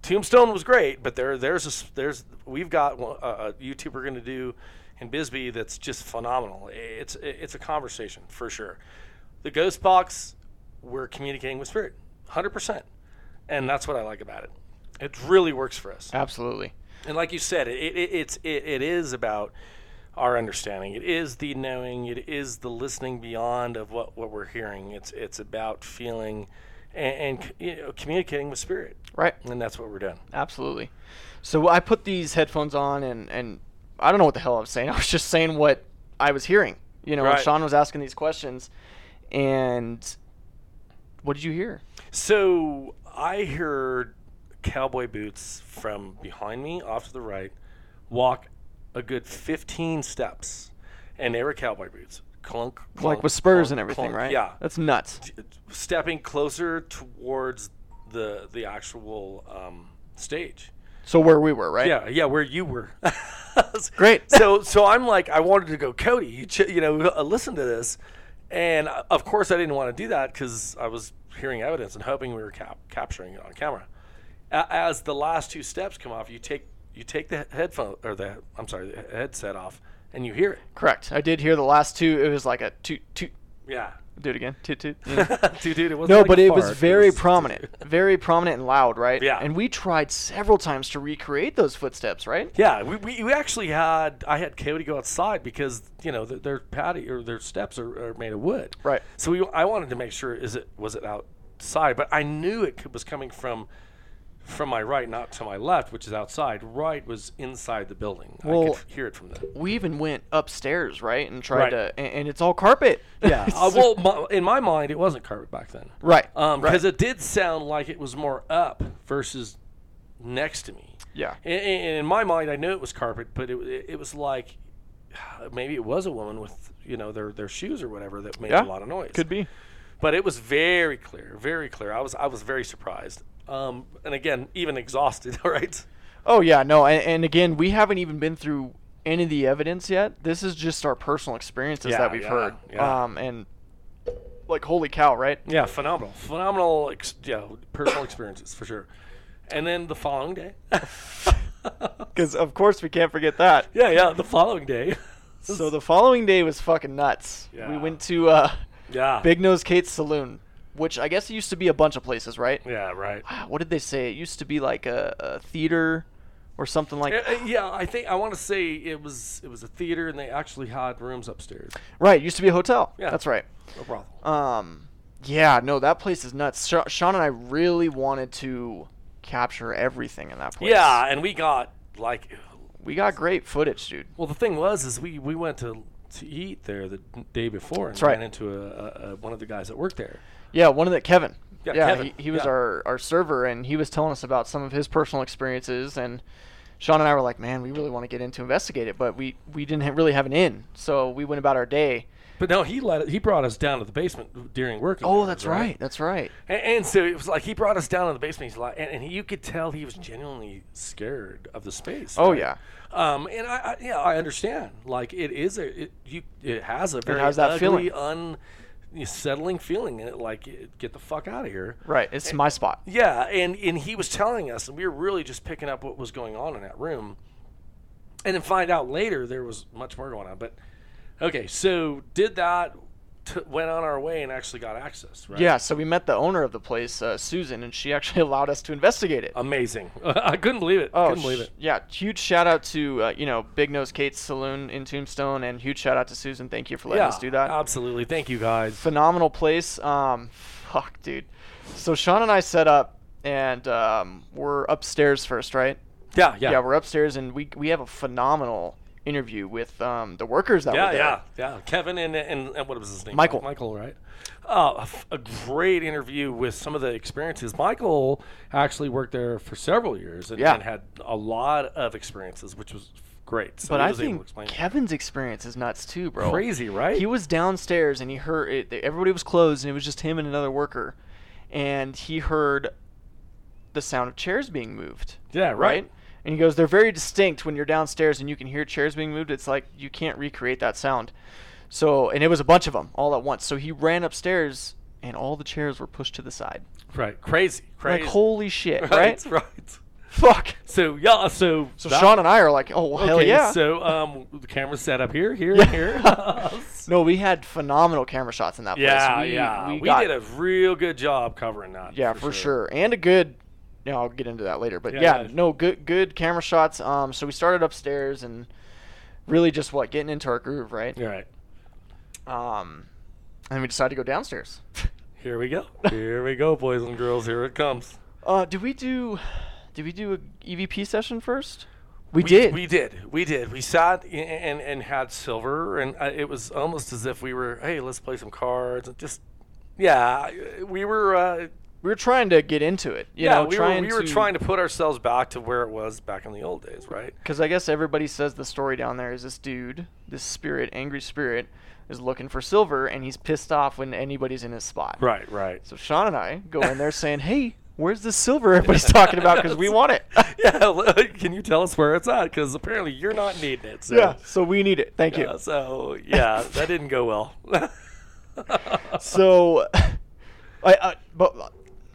[SPEAKER 3] Tombstone was great, but there there's a s there's we've got one- a, a YouTuber going to do in Bisbee that's just phenomenal. It's it's a conversation for sure. The Ghost Box, we're communicating with spirit, hundred percent, and that's what I like about it. It really works for us.
[SPEAKER 2] Absolutely.
[SPEAKER 3] And like you said, it, it it's it, it is about our understanding. It is the knowing. It is the listening beyond of what, what we're hearing. It's it's about feeling and, and you know, communicating with spirit,
[SPEAKER 2] Right.
[SPEAKER 3] and that's what we're doing.
[SPEAKER 2] Absolutely. So I put these headphones on, and and I don't know what the hell I was saying. I was just saying what I was hearing. You know, when
[SPEAKER 3] Right.
[SPEAKER 2] Sean was asking these questions, and what did you hear?
[SPEAKER 3] So I heard cowboy boots from behind me, off to the right, walk a good 15 steps, and they were cowboy boots. Clunk, clunk
[SPEAKER 2] like with spurs
[SPEAKER 3] clunk,
[SPEAKER 2] and everything,
[SPEAKER 3] clunk.
[SPEAKER 2] right?
[SPEAKER 3] Yeah,
[SPEAKER 2] That's nuts.
[SPEAKER 3] stepping closer towards the the actual um, stage.
[SPEAKER 2] So where we were, right?
[SPEAKER 3] Yeah, yeah, where you were.
[SPEAKER 2] Great.
[SPEAKER 3] So, so I'm like, I wanted to go, Cody. You, ch- you know, uh, listen to this, and uh, of course I didn't want to do that because I was hearing evidence and hoping we were cap- capturing it on camera. A- as the last two steps come off, you take you take the headphone or the I'm sorry, the headset off, and you hear it.
[SPEAKER 2] Correct. I did hear the last two. It was like a toot toot.
[SPEAKER 3] Yeah,
[SPEAKER 2] Do it again. Toot toot.
[SPEAKER 3] dude, dude, it wasn't
[SPEAKER 2] No,
[SPEAKER 3] like a
[SPEAKER 2] but it was
[SPEAKER 3] fart,
[SPEAKER 2] very
[SPEAKER 3] was-
[SPEAKER 2] prominent, very prominent and loud, right?
[SPEAKER 3] Yeah.
[SPEAKER 2] And we tried several times to recreate those footsteps, right?
[SPEAKER 3] Yeah, we, we, we actually had I had Coyote go outside because you know their, their patio or their steps are, are made of wood.
[SPEAKER 2] Right.
[SPEAKER 3] So we, I wanted to make sure is it was it outside, but I knew it could- was coming from from my right, not to my left, which is outside. Right was inside the building. I
[SPEAKER 2] Well-
[SPEAKER 3] could hear it from there.
[SPEAKER 2] We even went upstairs, right, and
[SPEAKER 3] Right.
[SPEAKER 2] tried to, and, and it's all carpet.
[SPEAKER 3] Yeah. uh, well, my, in my mind, it wasn't carpet back then.
[SPEAKER 2] Right.
[SPEAKER 3] Um,
[SPEAKER 2] right.
[SPEAKER 3] because it did sound like it was more up versus next to me.
[SPEAKER 2] Yeah.
[SPEAKER 3] And, and in my mind, I knew it was carpet, but it, it was like maybe it was a woman with you know their their shoes or whatever that made
[SPEAKER 2] Yeah.
[SPEAKER 3] a lot of noise.
[SPEAKER 2] Could be.
[SPEAKER 3] But it was very clear, very clear. I was I was very surprised. Um, and again, even exhausted. All right.
[SPEAKER 2] Oh yeah, no, and, and again, we haven't even been through any of the evidence yet. This is just our personal experiences
[SPEAKER 3] Yeah,
[SPEAKER 2] that we've
[SPEAKER 3] yeah,
[SPEAKER 2] heard.
[SPEAKER 3] yeah.
[SPEAKER 2] Um, and like, holy cow, right?
[SPEAKER 3] Yeah, phenomenal, phenomenal. Ex- yeah, personal experiences for sure. And then the following day.
[SPEAKER 2] Because of course we can't forget that.
[SPEAKER 3] yeah, yeah. The following day.
[SPEAKER 2] So the following day was fucking nuts. We
[SPEAKER 3] Yeah.
[SPEAKER 2] went to uh,
[SPEAKER 3] yeah.
[SPEAKER 2] Big Nose Kate's Saloon, which I guess used to be a bunch of places, right?
[SPEAKER 3] Yeah. Right. Uh,
[SPEAKER 2] What did they say? It used to be like a, a theater or something like.
[SPEAKER 3] Uh, uh, Yeah, I think I want to say it was it was a theater, and they actually had rooms upstairs.
[SPEAKER 2] Right, it used to be a hotel.
[SPEAKER 3] Yeah.
[SPEAKER 2] That's right.
[SPEAKER 3] No problem.
[SPEAKER 2] Um, yeah, no, that place is nuts. Sha Sean and I really wanted to capture everything in that place.
[SPEAKER 3] yeah, and we got like,
[SPEAKER 2] we got great footage, dude.
[SPEAKER 3] well, the thing was is we we went to to eat there the day before and
[SPEAKER 2] That's right.
[SPEAKER 3] ran into a, a, a one of the guys that worked there.
[SPEAKER 2] Yeah, one of the Kevin.
[SPEAKER 3] Yeah, Kevin,
[SPEAKER 2] He, he was
[SPEAKER 3] yeah.
[SPEAKER 2] our our server, and he was telling us about some of his personal experiences. And Sean and I were like, man, we really want to get into investigate it, but we we didn't ha- really have an in, so we went about our day.
[SPEAKER 3] But no, he let he brought us down to the basement during working.
[SPEAKER 2] Oh,
[SPEAKER 3] hours,
[SPEAKER 2] that's right. That's right.
[SPEAKER 3] And, and so it was like he brought us down to the basement. He's like, and, and you could tell he was genuinely scared of the space.
[SPEAKER 2] Oh
[SPEAKER 3] right?
[SPEAKER 2] yeah.
[SPEAKER 3] Um, and I, I yeah, I understand. Like it is a it you it has a very
[SPEAKER 2] has that
[SPEAKER 3] ugly, unsettling feeling in it. Like it- get the fuck out of here.
[SPEAKER 2] Right. It's my spot.
[SPEAKER 3] Yeah, and and he was telling us, and we were really just picking up what was going on in that room, and then find out later there was much more going on. But okay, so did that, t- went on our way and actually got access, right?
[SPEAKER 2] Yeah. So we met the owner of the place, uh, Susan, and she actually allowed us to investigate it.
[SPEAKER 3] amazing. I couldn't believe it. couldn't believe
[SPEAKER 2] Oh, sh-
[SPEAKER 3] it.
[SPEAKER 2] Yeah, huge shout out to uh, you know Big Nose Kate's Saloon in Tombstone, and huge shout out to Susan. Thank you for letting
[SPEAKER 3] yeah, uh,
[SPEAKER 2] us do that.
[SPEAKER 3] Absolutely. Thank you guys.
[SPEAKER 2] Phenomenal place. Um, fuck, dude. So Sean and I set up, and um, we're upstairs first, right?
[SPEAKER 3] Yeah, yeah,
[SPEAKER 2] Yeah, we're upstairs, and we we have a phenomenal interview with um, the workers that
[SPEAKER 3] yeah,
[SPEAKER 2] were there.
[SPEAKER 3] yeah, yeah. Kevin and, and and what was his name?
[SPEAKER 2] Michael.
[SPEAKER 3] Michael, right? Uh, a f- a great interview with some of the experiences. Michael actually worked there for several years and,
[SPEAKER 2] Yeah.
[SPEAKER 3] and had a lot of experiences, which was great. So
[SPEAKER 2] But
[SPEAKER 3] he
[SPEAKER 2] I
[SPEAKER 3] was able to
[SPEAKER 2] think
[SPEAKER 3] explain it.
[SPEAKER 2] Kevin's experience is nuts too, bro.
[SPEAKER 3] crazy, right?
[SPEAKER 2] He was downstairs and he heard it, everybody was closed and it was just him and another worker, and he heard the sound of chairs being moved.
[SPEAKER 3] yeah, right.
[SPEAKER 2] And he goes, they're very distinct when you're downstairs and you can hear chairs being moved. It's like you can't recreate that sound. So, and it was a bunch of them all at once. So he ran upstairs and all the chairs were pushed to the side.
[SPEAKER 3] right. Crazy, crazy.
[SPEAKER 2] Like holy shit, right?
[SPEAKER 3] right, right.
[SPEAKER 2] Fuck.
[SPEAKER 3] So yeah, so
[SPEAKER 2] So
[SPEAKER 3] that-
[SPEAKER 2] Sean and I are like, oh well, hell
[SPEAKER 3] okay,
[SPEAKER 2] yeah.
[SPEAKER 3] So um, the camera's set up here, here, here.
[SPEAKER 2] no, we had phenomenal camera shots in that
[SPEAKER 3] yeah,
[SPEAKER 2] place. We,
[SPEAKER 3] yeah.
[SPEAKER 2] we,
[SPEAKER 3] We,
[SPEAKER 2] got-
[SPEAKER 3] did a real good job covering that.
[SPEAKER 2] Yeah, for, sure. And a good. Yeah, I'll get into that later. But yeah,
[SPEAKER 3] Yeah.
[SPEAKER 2] no good good camera shots. Um, so we started upstairs and really just what getting into our groove, right?
[SPEAKER 3] All right.
[SPEAKER 2] Um, and we decided to go downstairs.
[SPEAKER 3] Here we go. Here we go, boys and girls. Here it comes.
[SPEAKER 2] Uh, did we do? Did we do a EVP session first? We, did.
[SPEAKER 3] We did. We did. We sat i- and and had silver, and uh, it was almost as if we were, hey, let's play some cards. And just, yeah, uh, we were. Uh,
[SPEAKER 2] we were trying to get into it. You
[SPEAKER 3] yeah,
[SPEAKER 2] know,
[SPEAKER 3] we
[SPEAKER 2] trying
[SPEAKER 3] were. We were trying to put ourselves back to where it was back in the old days, right?
[SPEAKER 2] Because I guess everybody says the story down there is this dude, this spirit, angry spirit, is looking for silver, and he's pissed off when anybody's in his spot.
[SPEAKER 3] Right. Right.
[SPEAKER 2] So Sean and I go in there saying, "Hey, where's the silver everybody's talking about? Because we want it."
[SPEAKER 3] yeah. li- Can you tell us where it's at? Because apparently you're not needing it. So.
[SPEAKER 2] yeah. So we need it. Thank
[SPEAKER 3] Yeah,
[SPEAKER 2] you.
[SPEAKER 3] so yeah, that didn't go well.
[SPEAKER 2] So, I, I but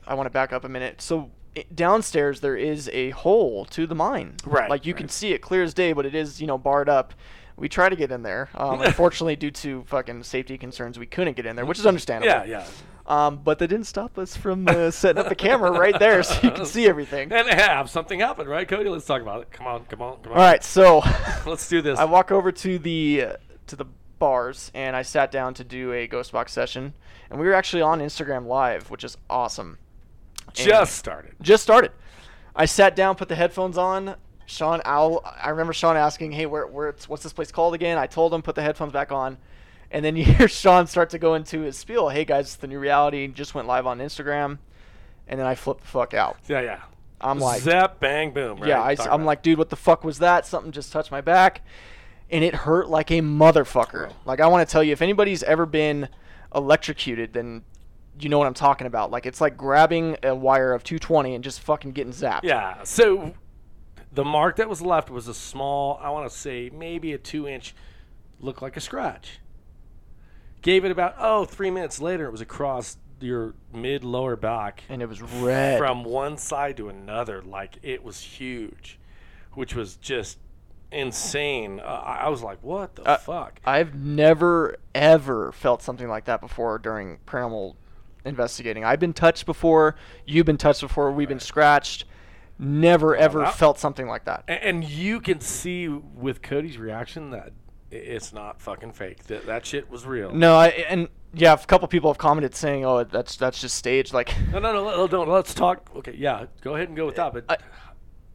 [SPEAKER 2] I want to back up a minute. So i- downstairs there is a hole to the mine.
[SPEAKER 3] Right,
[SPEAKER 2] Like you can see it clear as day, but it is you know barred up. We try to get in there. Um, unfortunately, due to fucking safety concerns, we couldn't get in there, which is understandable.
[SPEAKER 3] yeah. Yeah.
[SPEAKER 2] Um, but that didn't stop us from uh, setting up the camera right there, so you can see everything.
[SPEAKER 3] And have something happen, right, Cody? Let's talk about it. Come on. Come on. Come on.
[SPEAKER 2] All right. So.
[SPEAKER 3] Let's do this.
[SPEAKER 2] I walk over to the uh, to the bars and I sat down to do a ghost box session, and we were actually on Instagram Live, which is awesome. And
[SPEAKER 3] just started.
[SPEAKER 2] just started. I sat down, put the headphones on. Sean, Owl, I remember Sean asking, "Hey, where, where it's, what's this place called again?" I told him, put the headphones back on, and then you hear Sean start to go into his spiel. Hey guys, it's the new reality. Just went live on Instagram, and then I flipped the fuck out.
[SPEAKER 3] Yeah, yeah.
[SPEAKER 2] I'm like,
[SPEAKER 3] zap, bang, boom. Right?
[SPEAKER 2] yeah, I,
[SPEAKER 3] Talk
[SPEAKER 2] am
[SPEAKER 3] about
[SPEAKER 2] like, dude, what the fuck was that? Something just touched my back, and it hurt like a motherfucker. Like, I want to tell you, if anybody's ever been electrocuted, then you know what I'm talking about. Like, it's like grabbing a wire of 220 and just fucking getting zapped.
[SPEAKER 3] it. yeah. So the mark that was left was a small. I want to say maybe a two inch. Looked like a scratch. Gave it about oh three minutes later. It was across your mid lower back
[SPEAKER 2] and it was red.
[SPEAKER 3] from one side to another. Like it was huge, which was just insane. Uh, I I was like, what
[SPEAKER 2] Uh,
[SPEAKER 3] the fuck?
[SPEAKER 2] I've never ever felt something like that before during paranormal investigating. I've been touched before. You've been touched before. We've been scratched. Never ever
[SPEAKER 3] that-
[SPEAKER 2] felt something like that.
[SPEAKER 3] A- And you can see with Cody's reaction that i- it's not fucking fake. That that shit was real.
[SPEAKER 2] No, I, and yeah, a couple people have commented saying, "Oh, that's that's just staged." Like,
[SPEAKER 3] No, no, no, no, don't. Let's talk. Okay, yeah, go ahead and go with that. But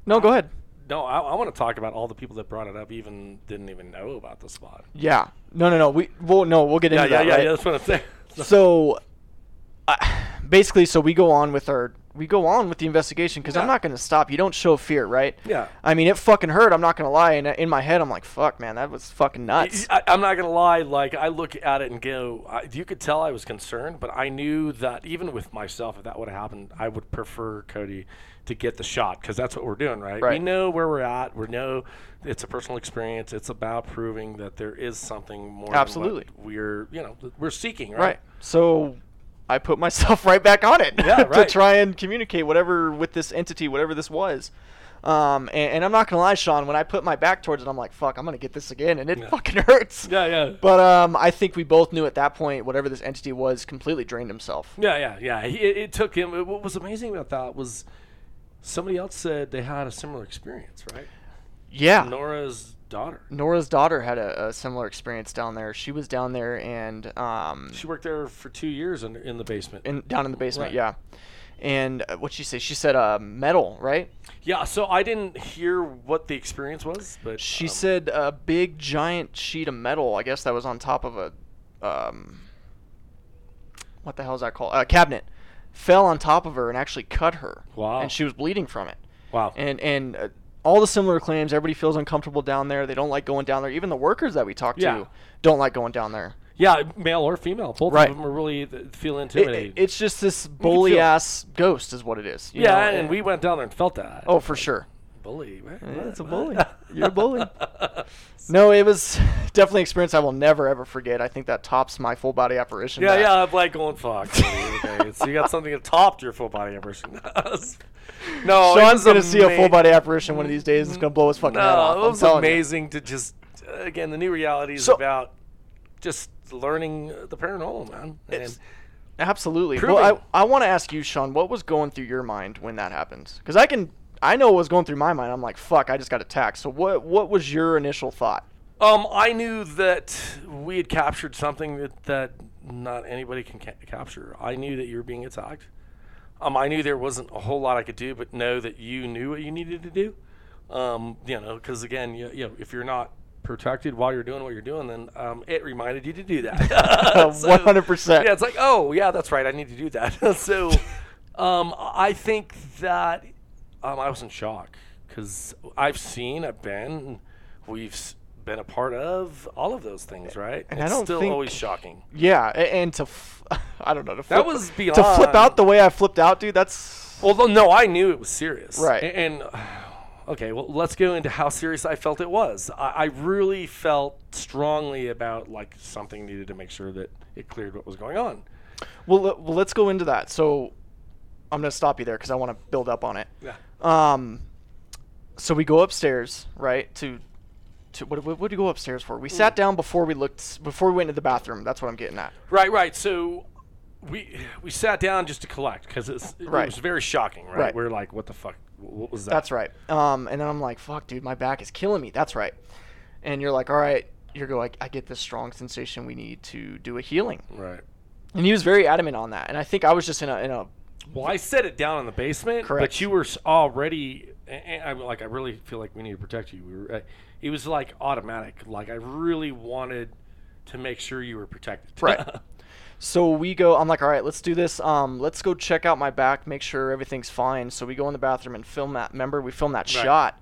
[SPEAKER 2] no, go ahead.
[SPEAKER 3] no, I, I want to talk about all the people that brought it up, even didn't even know about the spot.
[SPEAKER 2] Yeah, no, no, no. We well, no, we'll get
[SPEAKER 3] Yeah,
[SPEAKER 2] into
[SPEAKER 3] yeah,
[SPEAKER 2] that.
[SPEAKER 3] yeah,
[SPEAKER 2] right?
[SPEAKER 3] yeah. That's what I'm saying.
[SPEAKER 2] So, uh, basically, so we go on with our we go on with the investigation because I'm
[SPEAKER 3] Yeah.
[SPEAKER 2] not going to stop. You don't show fear, right?
[SPEAKER 3] Yeah.
[SPEAKER 2] I mean, it fucking hurt. I'm not going to lie. And in my head, I'm like, fuck, man, that was fucking nuts.
[SPEAKER 3] I, I'm not gonna lie. Like I look at it and go, I, you could tell I was concerned, but I knew that even with myself, if that would have happened, I would prefer Cody to get the shot because that's what we're doing, right? We
[SPEAKER 2] Right.
[SPEAKER 3] know where we're at. We know it's a personal experience. It's about proving that there is something more. than what
[SPEAKER 2] Absolutely.
[SPEAKER 3] we're you know th- we're seeking, right?
[SPEAKER 2] Right. So I put myself right back on it to
[SPEAKER 3] Yeah, right.
[SPEAKER 2] try and communicate whatever with this entity, whatever this was. Um, and, and I'm not gonna lie, Sean. When I put my back towards it, I'm like, "Fuck, I'm gonna get this again," and it fucking hurts.
[SPEAKER 3] Yeah, yeah.
[SPEAKER 2] But um, I think we both knew at that point, whatever this entity was, completely drained himself.
[SPEAKER 3] Yeah, yeah, yeah. He, it, it took him. What was amazing about that was somebody else said they had a similar experience, right?
[SPEAKER 2] Yeah.
[SPEAKER 3] Nora's daughter.
[SPEAKER 2] Nora's daughter had a, a similar experience down there. She was down there and um,
[SPEAKER 3] She worked there for two years in, in the basement.
[SPEAKER 2] in, down in the basement.
[SPEAKER 3] Right.
[SPEAKER 2] Yeah. And uh, what'd she say? She said uh, metal, right?
[SPEAKER 3] yeah, so I didn't hear what the experience was, but
[SPEAKER 2] She
[SPEAKER 3] um,
[SPEAKER 2] said a big giant sheet of metal. I guess that was on top of a, um, what the hell is that called? A cabinet fell on top of her and actually cut her.
[SPEAKER 3] Wow.
[SPEAKER 2] And she was bleeding from it.
[SPEAKER 3] "Wow,
[SPEAKER 2] And and uh, all the similar claims. Everybody feels uncomfortable down there. They don't like going down there. Even the workers that we talked
[SPEAKER 3] Yeah.
[SPEAKER 2] to don't like going down there.
[SPEAKER 3] yeah, male or female, both
[SPEAKER 2] Right.
[SPEAKER 3] of them are really th- feel
[SPEAKER 2] It-
[SPEAKER 3] intimidated."
[SPEAKER 2] it- it's just this bully
[SPEAKER 3] feel it.
[SPEAKER 2] ass ghost, is what it is. you
[SPEAKER 3] yeah,
[SPEAKER 2] know,
[SPEAKER 3] and, we went down there and felt that.
[SPEAKER 2] Oh, for sure.
[SPEAKER 3] bully! What?
[SPEAKER 2] That's a
[SPEAKER 3] What?
[SPEAKER 2] bully. You're a bully. No, it was definitely an experience I will never ever forget. I think that tops my full body apparition.
[SPEAKER 3] Yeah,
[SPEAKER 2] back. Oh,
[SPEAKER 3] yeah, I'm like going fuck. okay, it's, you got something that topped your full body immersion. no, Oh, it
[SPEAKER 2] Sean's
[SPEAKER 3] was
[SPEAKER 2] gonna see a
[SPEAKER 3] ama-
[SPEAKER 2] full body apparition one of these days. It's gonna blow his fucking head off.
[SPEAKER 3] No, it
[SPEAKER 2] I'm
[SPEAKER 3] was
[SPEAKER 2] telling you.
[SPEAKER 3] amazing to just again the new reality is
[SPEAKER 2] So-
[SPEAKER 3] about just learning the paranormal, man. And
[SPEAKER 2] It's- Absolutely. Well,
[SPEAKER 3] Proving.
[SPEAKER 2] I, I want to ask you, Sean, what was going through your mind when that happened? Because I can, I know what was going through my mind. I'm like, fuck, I just got attacked. So what, what was your initial thought?
[SPEAKER 3] um, I knew that we had captured something that that not anybody can ca- capture. I knew that you were being attacked. Um, I knew there wasn't a whole lot I could do, but know that you knew what you needed to do. Um, you know, because again, you, you know, if you're not protected while you're doing what you're doing, then um, it reminded you to do that. So-
[SPEAKER 2] 100%.
[SPEAKER 3] Yeah, it's like, oh yeah, that's right. I need to do that. so, um, I think that um, I was in shock because I've seen, I've been, we've s- been a part of all of those things, right?
[SPEAKER 2] And I
[SPEAKER 3] it's
[SPEAKER 2] don't
[SPEAKER 3] still
[SPEAKER 2] think-
[SPEAKER 3] always shocking.
[SPEAKER 2] Yeah, a- and to, f- I don't know. To flip,
[SPEAKER 3] That was
[SPEAKER 2] to flip
[SPEAKER 3] beyond-
[SPEAKER 2] out the way I flipped out, dude. That's
[SPEAKER 3] Well, no, I knew it was serious.
[SPEAKER 2] Right.
[SPEAKER 3] A- And, okay, well, let's go into how serious I felt it was. I, I really felt strongly about like something needed to make sure that it cleared what was going on.
[SPEAKER 2] well. le- well let's go into that. So I'm gonna stop you there because I want to build up on it.
[SPEAKER 3] Yeah.
[SPEAKER 2] Um, so we go upstairs, right? To, to what, what, what do you go upstairs for? We sat down before we looked, before we went into the bathroom. That's what I'm getting at.
[SPEAKER 3] Right, right. So we we sat down just to collect because it's it
[SPEAKER 2] Right.
[SPEAKER 3] was very shocking, right?
[SPEAKER 2] Right.
[SPEAKER 3] We're like, what the fuck? Wh- What was that?
[SPEAKER 2] That's right. Um, and then I'm like, fuck, dude, my back is killing me. That's right. And you're like, all right. You're go- like, I get this strong sensation. We need to do a healing.
[SPEAKER 3] right.
[SPEAKER 2] And he was very adamant on that. And I think I was just in a, in a
[SPEAKER 3] Well, I set it down in the basement, but
[SPEAKER 2] Correct.
[SPEAKER 3] you were s- already. And I like. I really feel like we need to protect you. We were. Uh, it was like automatic. Like I really wanted to make sure you were protected.
[SPEAKER 2] Right. So we go. I'm like, all right, let's do this. Um, let's go check out my back, make sure everything's fine. So we go in the bathroom and film that. Remember, we filmed that
[SPEAKER 3] Right.
[SPEAKER 2] shot.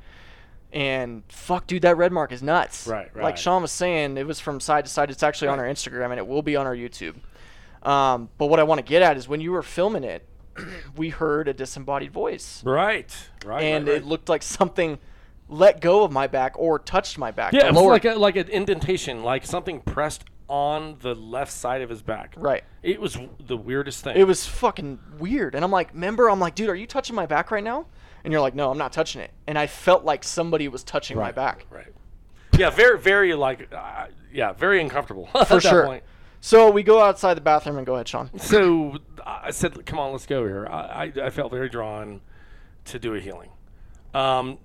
[SPEAKER 2] And fuck, dude, that red mark is nuts.
[SPEAKER 3] Right,
[SPEAKER 2] Like
[SPEAKER 3] right.
[SPEAKER 2] Sean was saying, it was from side to side. It's actually on our Instagram and it will be on our YouTube. Um, but what I want to get at is when you were filming it, we heard a disembodied voice,
[SPEAKER 3] right. Right.
[SPEAKER 2] and
[SPEAKER 3] right,
[SPEAKER 2] it looked like something let go of my back or touched my back.
[SPEAKER 3] yeah, it was
[SPEAKER 2] lower-
[SPEAKER 3] like a, like an indentation, like something pressed on the left side of his back.
[SPEAKER 2] right.
[SPEAKER 3] It was w- the weirdest thing.
[SPEAKER 2] It was fucking weird. And I'm like, member, I'm like, dude, are you touching my back right now? And you're like, no, I'm not touching it. And I felt like somebody was touching my back.
[SPEAKER 3] Right. Yeah, very, very like, uh, yeah, very uncomfortable at
[SPEAKER 2] For
[SPEAKER 3] that
[SPEAKER 2] sure.
[SPEAKER 3] point.
[SPEAKER 2] So we go outside the bathroom and go ahead, Sean.
[SPEAKER 3] So I said, "Come on, let's go here." I, I, I felt very drawn to do a healing. Um,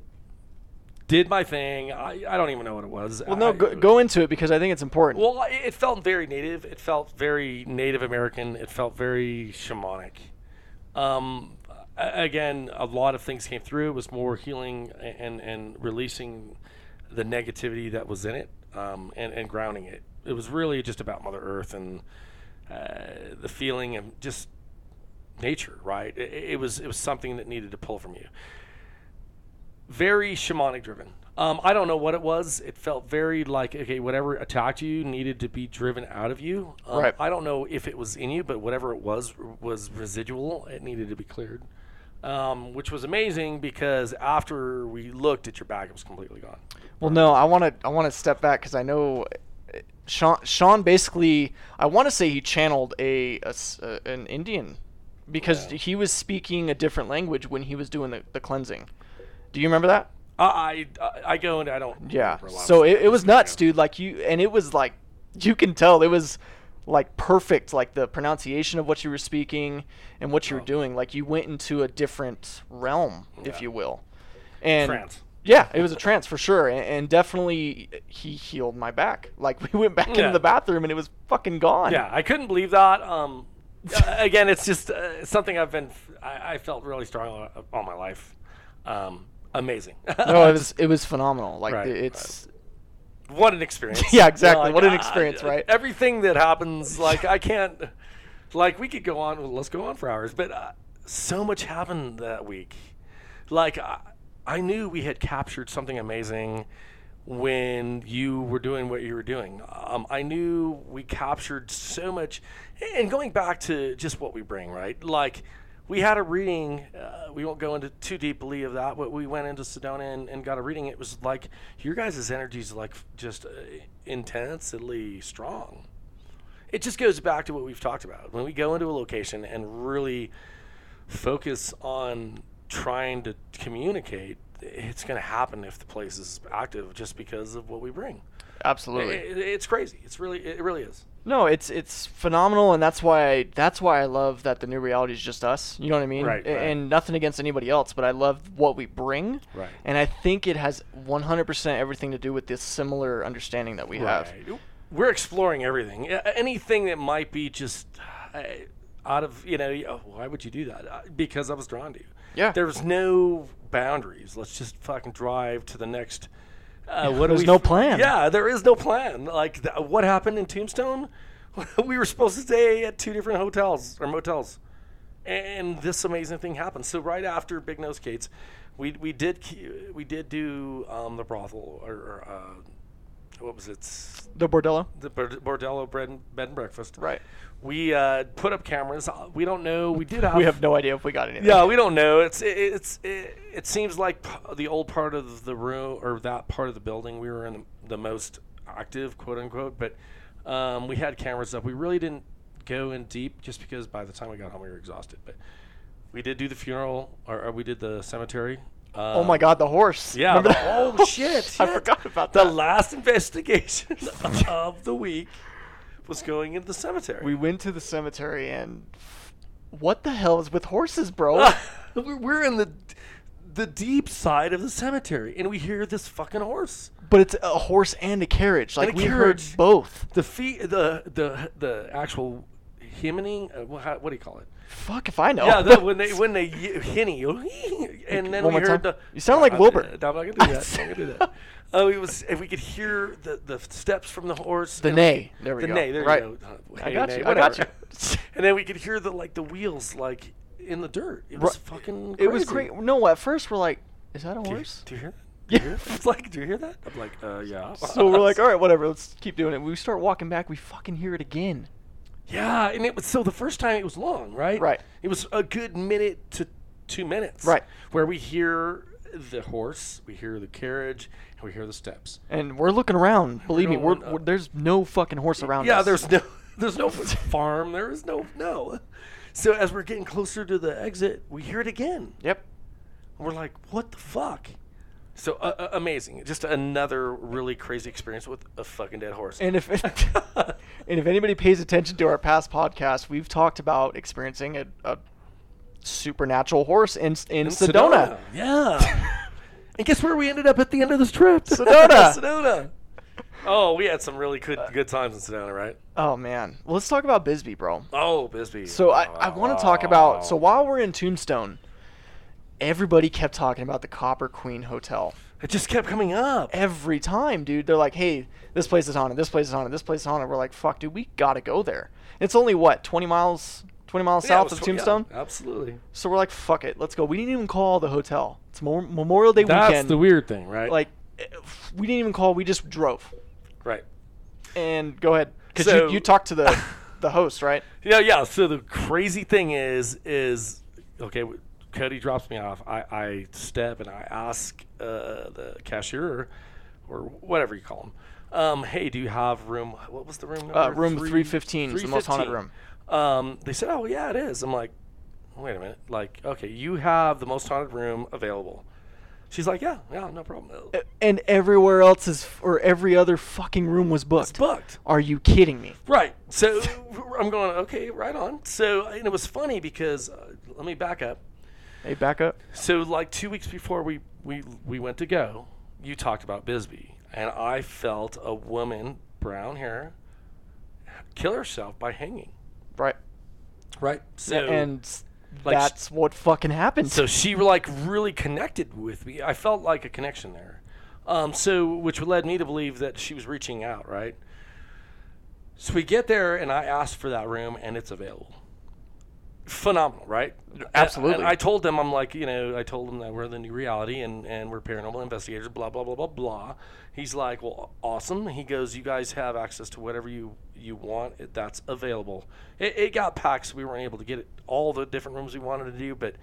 [SPEAKER 3] did my thing. I, I don't even know what it was.
[SPEAKER 2] Well, no, go, go into it because I think it's important.
[SPEAKER 3] Well, I- it felt very native. It felt very Native American. It felt very shamanic. Um, a- again, a lot of things came through. It was more healing a- and and releasing the negativity that was in it, um, and and grounding it. It was really just about Mother Earth and uh, the feeling of just nature, right? It, it was it was something that needed to pull from you. Very shamanic driven. Um, I don't know what it was. It felt very like okay, whatever attacked you needed to be driven out of you. Um,
[SPEAKER 2] Right.
[SPEAKER 3] I don't know if it was in you, but whatever it was was residual. It needed to be cleared, um, which was amazing because after we looked at your bag, it was completely gone.
[SPEAKER 2] Well, no, I want to I want to step back because I know uh, Sean Sean basically I want to say he channeled a, a s- uh, an Indian because he was speaking a different language when he was doing the, the cleansing. Do you remember that?
[SPEAKER 3] I I, I go and I don't.
[SPEAKER 2] Yeah.
[SPEAKER 3] remember a lot of
[SPEAKER 2] So
[SPEAKER 3] stuff.
[SPEAKER 2] it, it was nuts, dude. Like you and it was like you can tell it was like perfect like the pronunciation of what you were speaking and what
[SPEAKER 3] Oh.
[SPEAKER 2] you were doing like you went into a different realm if you will and
[SPEAKER 3] Trance.
[SPEAKER 2] yeah it was a trance for sure and, and definitely he healed my back like we went back
[SPEAKER 3] Yeah.
[SPEAKER 2] into the bathroom and it was fucking gone
[SPEAKER 3] Yeah, I couldn't believe that. Um, uh, again, it's just uh, something I've been, I, I felt really strong all, all my life. Um, amazing.
[SPEAKER 2] no it was it was phenomenal like
[SPEAKER 3] Right,
[SPEAKER 2] it's
[SPEAKER 3] what an experience.
[SPEAKER 2] Yeah, exactly.
[SPEAKER 3] Like,
[SPEAKER 2] What an
[SPEAKER 3] I-
[SPEAKER 2] experience, right?
[SPEAKER 3] Everything that happens, like, I can't, like, we could go on, well, let's go on for hours, but uh, so much happened that week. Like, I, I knew we had captured something amazing when you were doing what you were doing. Um, I knew we captured so much. And going back to just what we bring, right? Like, we had a reading. Uh, we won't go into too deeply of that, but we went into Sedona and, and got a reading. It was like your guys' energy is like just uh, intensely strong. It just goes back to what we've talked about. When we go into a location and really focus on trying to communicate, it's going to happen if the place is active just because of what we bring.
[SPEAKER 2] absolutely
[SPEAKER 3] It, it's crazy. It's really, it really is.
[SPEAKER 2] No, it's it's phenomenal, and that's why I, that's why I love that the new reality is just us. You know what I mean?
[SPEAKER 3] Right,
[SPEAKER 2] A-
[SPEAKER 3] right.
[SPEAKER 2] And nothing against anybody else, but I love what we bring.
[SPEAKER 3] Right.
[SPEAKER 2] And I think it has 100% everything to do with this similar understanding that we have.
[SPEAKER 3] Right. We're exploring everything. A- Anything that might be just uh, out of, you know, oh, why would you do that? Uh, Because I was drawn to you.
[SPEAKER 2] Yeah.
[SPEAKER 3] There's no boundaries. Let's just fucking drive to the next. Uh, what do
[SPEAKER 2] there's
[SPEAKER 3] we-
[SPEAKER 2] no plan.
[SPEAKER 3] Yeah, there is no plan. Like, th- what happened in Tombstone? we were supposed to stay at two different hotels or motels and this amazing thing happened. So right after Big Nose Gates, we we did ke- we did do um, the brothel or, or uh, what was it? S-
[SPEAKER 2] The bordello.
[SPEAKER 3] The bord- bordello bread and, bed and breakfast.
[SPEAKER 2] Right.
[SPEAKER 3] We uh, put up cameras. Uh, We don't know. We did have.
[SPEAKER 2] We have no idea if we got anything.
[SPEAKER 3] yeah, we don't know. It's it, it's it, it seems like p- the old part of the room or that part of the building we were in the, the most active, quote unquote. But um, we had cameras up. We really didn't go in deep just because by the time we got home we were exhausted. But we did do the funeral or, or we did the cemetery. Uh,
[SPEAKER 2] Oh my God, the horse.
[SPEAKER 3] Yeah.
[SPEAKER 2] Remember
[SPEAKER 3] the-
[SPEAKER 2] that?
[SPEAKER 3] oh shit, shit!
[SPEAKER 2] I forgot about
[SPEAKER 3] the
[SPEAKER 2] that.
[SPEAKER 3] last investigation of the week was going into the cemetery.
[SPEAKER 2] we went to the cemetery and what the hell is with horses, bro?
[SPEAKER 3] We're we're in the the deep side of the cemetery, and we hear this fucking horse.
[SPEAKER 2] but it's a horse and a carriage. Like
[SPEAKER 3] a
[SPEAKER 2] we
[SPEAKER 3] carriage.
[SPEAKER 2] heard both.
[SPEAKER 3] The feet, the the the actual hymning. Uh, wha- how, what do you call it?
[SPEAKER 2] Fuck if I know.
[SPEAKER 3] Yeah, the, when they when they y- hinny, and then
[SPEAKER 2] One
[SPEAKER 3] we
[SPEAKER 2] more
[SPEAKER 3] heard
[SPEAKER 2] time.
[SPEAKER 3] the. Uh,
[SPEAKER 2] You sound like
[SPEAKER 3] I'm-
[SPEAKER 2] Wilbur.
[SPEAKER 3] I'm not gonna do that. I'm not gonna do that. Oh, it was. If we could hear the the steps from the horse.
[SPEAKER 2] The
[SPEAKER 3] and we-
[SPEAKER 2] neigh. There we
[SPEAKER 3] the
[SPEAKER 2] go.
[SPEAKER 3] neigh. There
[SPEAKER 2] Right.
[SPEAKER 3] you go. Uh,
[SPEAKER 2] I
[SPEAKER 3] hey,
[SPEAKER 2] got
[SPEAKER 3] neigh,
[SPEAKER 2] you. I got
[SPEAKER 3] whatever.
[SPEAKER 2] you.
[SPEAKER 3] And then we could hear the like the wheels like in the dirt. It was fucking.
[SPEAKER 2] It was
[SPEAKER 3] crazy.
[SPEAKER 2] great. No, at first we're like, is that a horse?
[SPEAKER 3] Do you hear?
[SPEAKER 2] Yeah.
[SPEAKER 3] Yeah. It's like, do you hear that? I'm like, uh, yeah.
[SPEAKER 2] So we're like, all right, whatever. Let's keep doing it. We start walking back. We fucking hear it again.
[SPEAKER 3] yeah. And it was so the first time it was long, right?
[SPEAKER 2] Right.
[SPEAKER 3] It was a good minute to two minutes.
[SPEAKER 2] Right.
[SPEAKER 3] Where we hear the horse, we hear the carriage, and we hear the steps.
[SPEAKER 2] And we're looking around. Believe me, we're,
[SPEAKER 3] going up.
[SPEAKER 2] we're, there's no fucking horse around
[SPEAKER 3] yeah.
[SPEAKER 2] us.
[SPEAKER 3] There's no, there's no farm. There is no no. So as we're getting closer to the exit, we hear it again.
[SPEAKER 2] Yep.
[SPEAKER 3] And we're like, what the fuck? So uh, uh, amazing. Just another really crazy experience with a fucking dead horse.
[SPEAKER 2] And if and if anybody pays attention to our past podcast, we've talked about experiencing a, a supernatural horse in in, Sedona.
[SPEAKER 3] Yeah. and guess where we ended up at the end of this trip?
[SPEAKER 2] Sedona.
[SPEAKER 3] Sedona. Oh, we had some really good good times in Sedona, right?
[SPEAKER 2] Oh man, well, let's talk about Bisbee, bro.
[SPEAKER 3] Oh, Bisbee.
[SPEAKER 2] So I, I want to talk about. So while we're in Tombstone, everybody kept talking about the Copper Queen Hotel.
[SPEAKER 3] it just kept coming up.
[SPEAKER 2] every time, dude. They're like, hey, this place is haunted, this place is haunted, this place is haunted. We're like, fuck, dude, we gotta go there. It's only what, 20 miles, 20 miles
[SPEAKER 3] Yeah, it
[SPEAKER 2] south
[SPEAKER 3] was
[SPEAKER 2] of
[SPEAKER 3] tw- yeah,
[SPEAKER 2] Tombstone.
[SPEAKER 3] absolutely.
[SPEAKER 2] So we're like, fuck it, let's go. We didn't even call the hotel. It's Mo- Memorial Day
[SPEAKER 3] That's
[SPEAKER 2] weekend.
[SPEAKER 3] the weird thing, right?
[SPEAKER 2] like, eh, we didn't even call. We just drove.
[SPEAKER 3] right.
[SPEAKER 2] And go ahead, because
[SPEAKER 3] So-
[SPEAKER 2] you, you talked to the the host, right?
[SPEAKER 3] Yeah, yeah. So the crazy thing is, is okay. w- Cody drops me off. I, I step and I ask uh, the cashier, or whatever you call him, um, "Hey, do you have room? What was the room? Number?
[SPEAKER 2] Uh, room 315 is the most haunted
[SPEAKER 3] 315. Um, they said, "Oh, yeah, it is." I'm like, "Wait a minute. Like, okay, you have the most haunted room available." She's like, "Yeah, yeah, no problem. It's
[SPEAKER 2] And everywhere else is, or every other fucking room was booked.
[SPEAKER 3] booked."
[SPEAKER 2] Are you kidding me?
[SPEAKER 3] Right. So I'm going, okay, right on. So, and it was funny because, uh, let me back up.
[SPEAKER 2] Hey, back up.
[SPEAKER 3] So like two weeks before we we we went to go, you talked about Bisbee, and I felt a woman, brown hair, kill herself by hanging.
[SPEAKER 2] Right.
[SPEAKER 3] Right. So
[SPEAKER 2] and s-
[SPEAKER 3] like, s-
[SPEAKER 2] that's what fucking happened.
[SPEAKER 3] so she like really connected with me. I felt like a connection there. Um, so which led me to believe that she was reaching out, right? So we get there and I asked for that room and it's available. Phenomenal, right? And-
[SPEAKER 2] absolutely.
[SPEAKER 3] and I told them I'm like, you know, I told them that we're the new reality and, and we're paranormal investigators, blah blah blah blah blah. He's like, Well, awesome. He goes, You guys have access to whatever you you want. It, that's available. It, it got packed, so we weren't able to get it, all the different rooms we wanted to do, but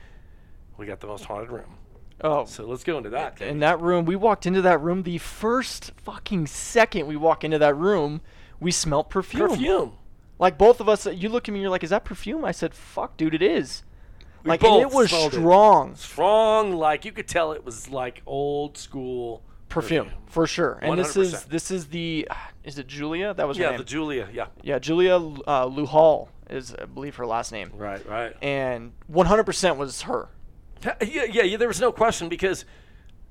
[SPEAKER 3] we got the most haunted room.
[SPEAKER 2] oh,
[SPEAKER 3] So let's go into that.
[SPEAKER 2] in that room, we walked into that room. The first fucking second we walk into that room, we smelt perfume.
[SPEAKER 3] perfume.
[SPEAKER 2] Like both of us, uh, you look at me, you're like, "Is that perfume?" I said, "Fuck, dude, it is." Like, and
[SPEAKER 3] both
[SPEAKER 2] it was
[SPEAKER 3] smelled it.
[SPEAKER 2] strong
[SPEAKER 3] Strong, like you could tell it was like old school
[SPEAKER 2] perfume for sure. And this is
[SPEAKER 3] 100%.
[SPEAKER 2] this is the is it Julia? That was her
[SPEAKER 3] Yeah,
[SPEAKER 2] name.
[SPEAKER 3] the Julia. Yeah.
[SPEAKER 2] yeah, Julia uh, Lou Hall is I believe her last name.
[SPEAKER 3] Right, right.
[SPEAKER 2] And 100% was her.
[SPEAKER 3] Yeah, yeah, yeah, there was no question because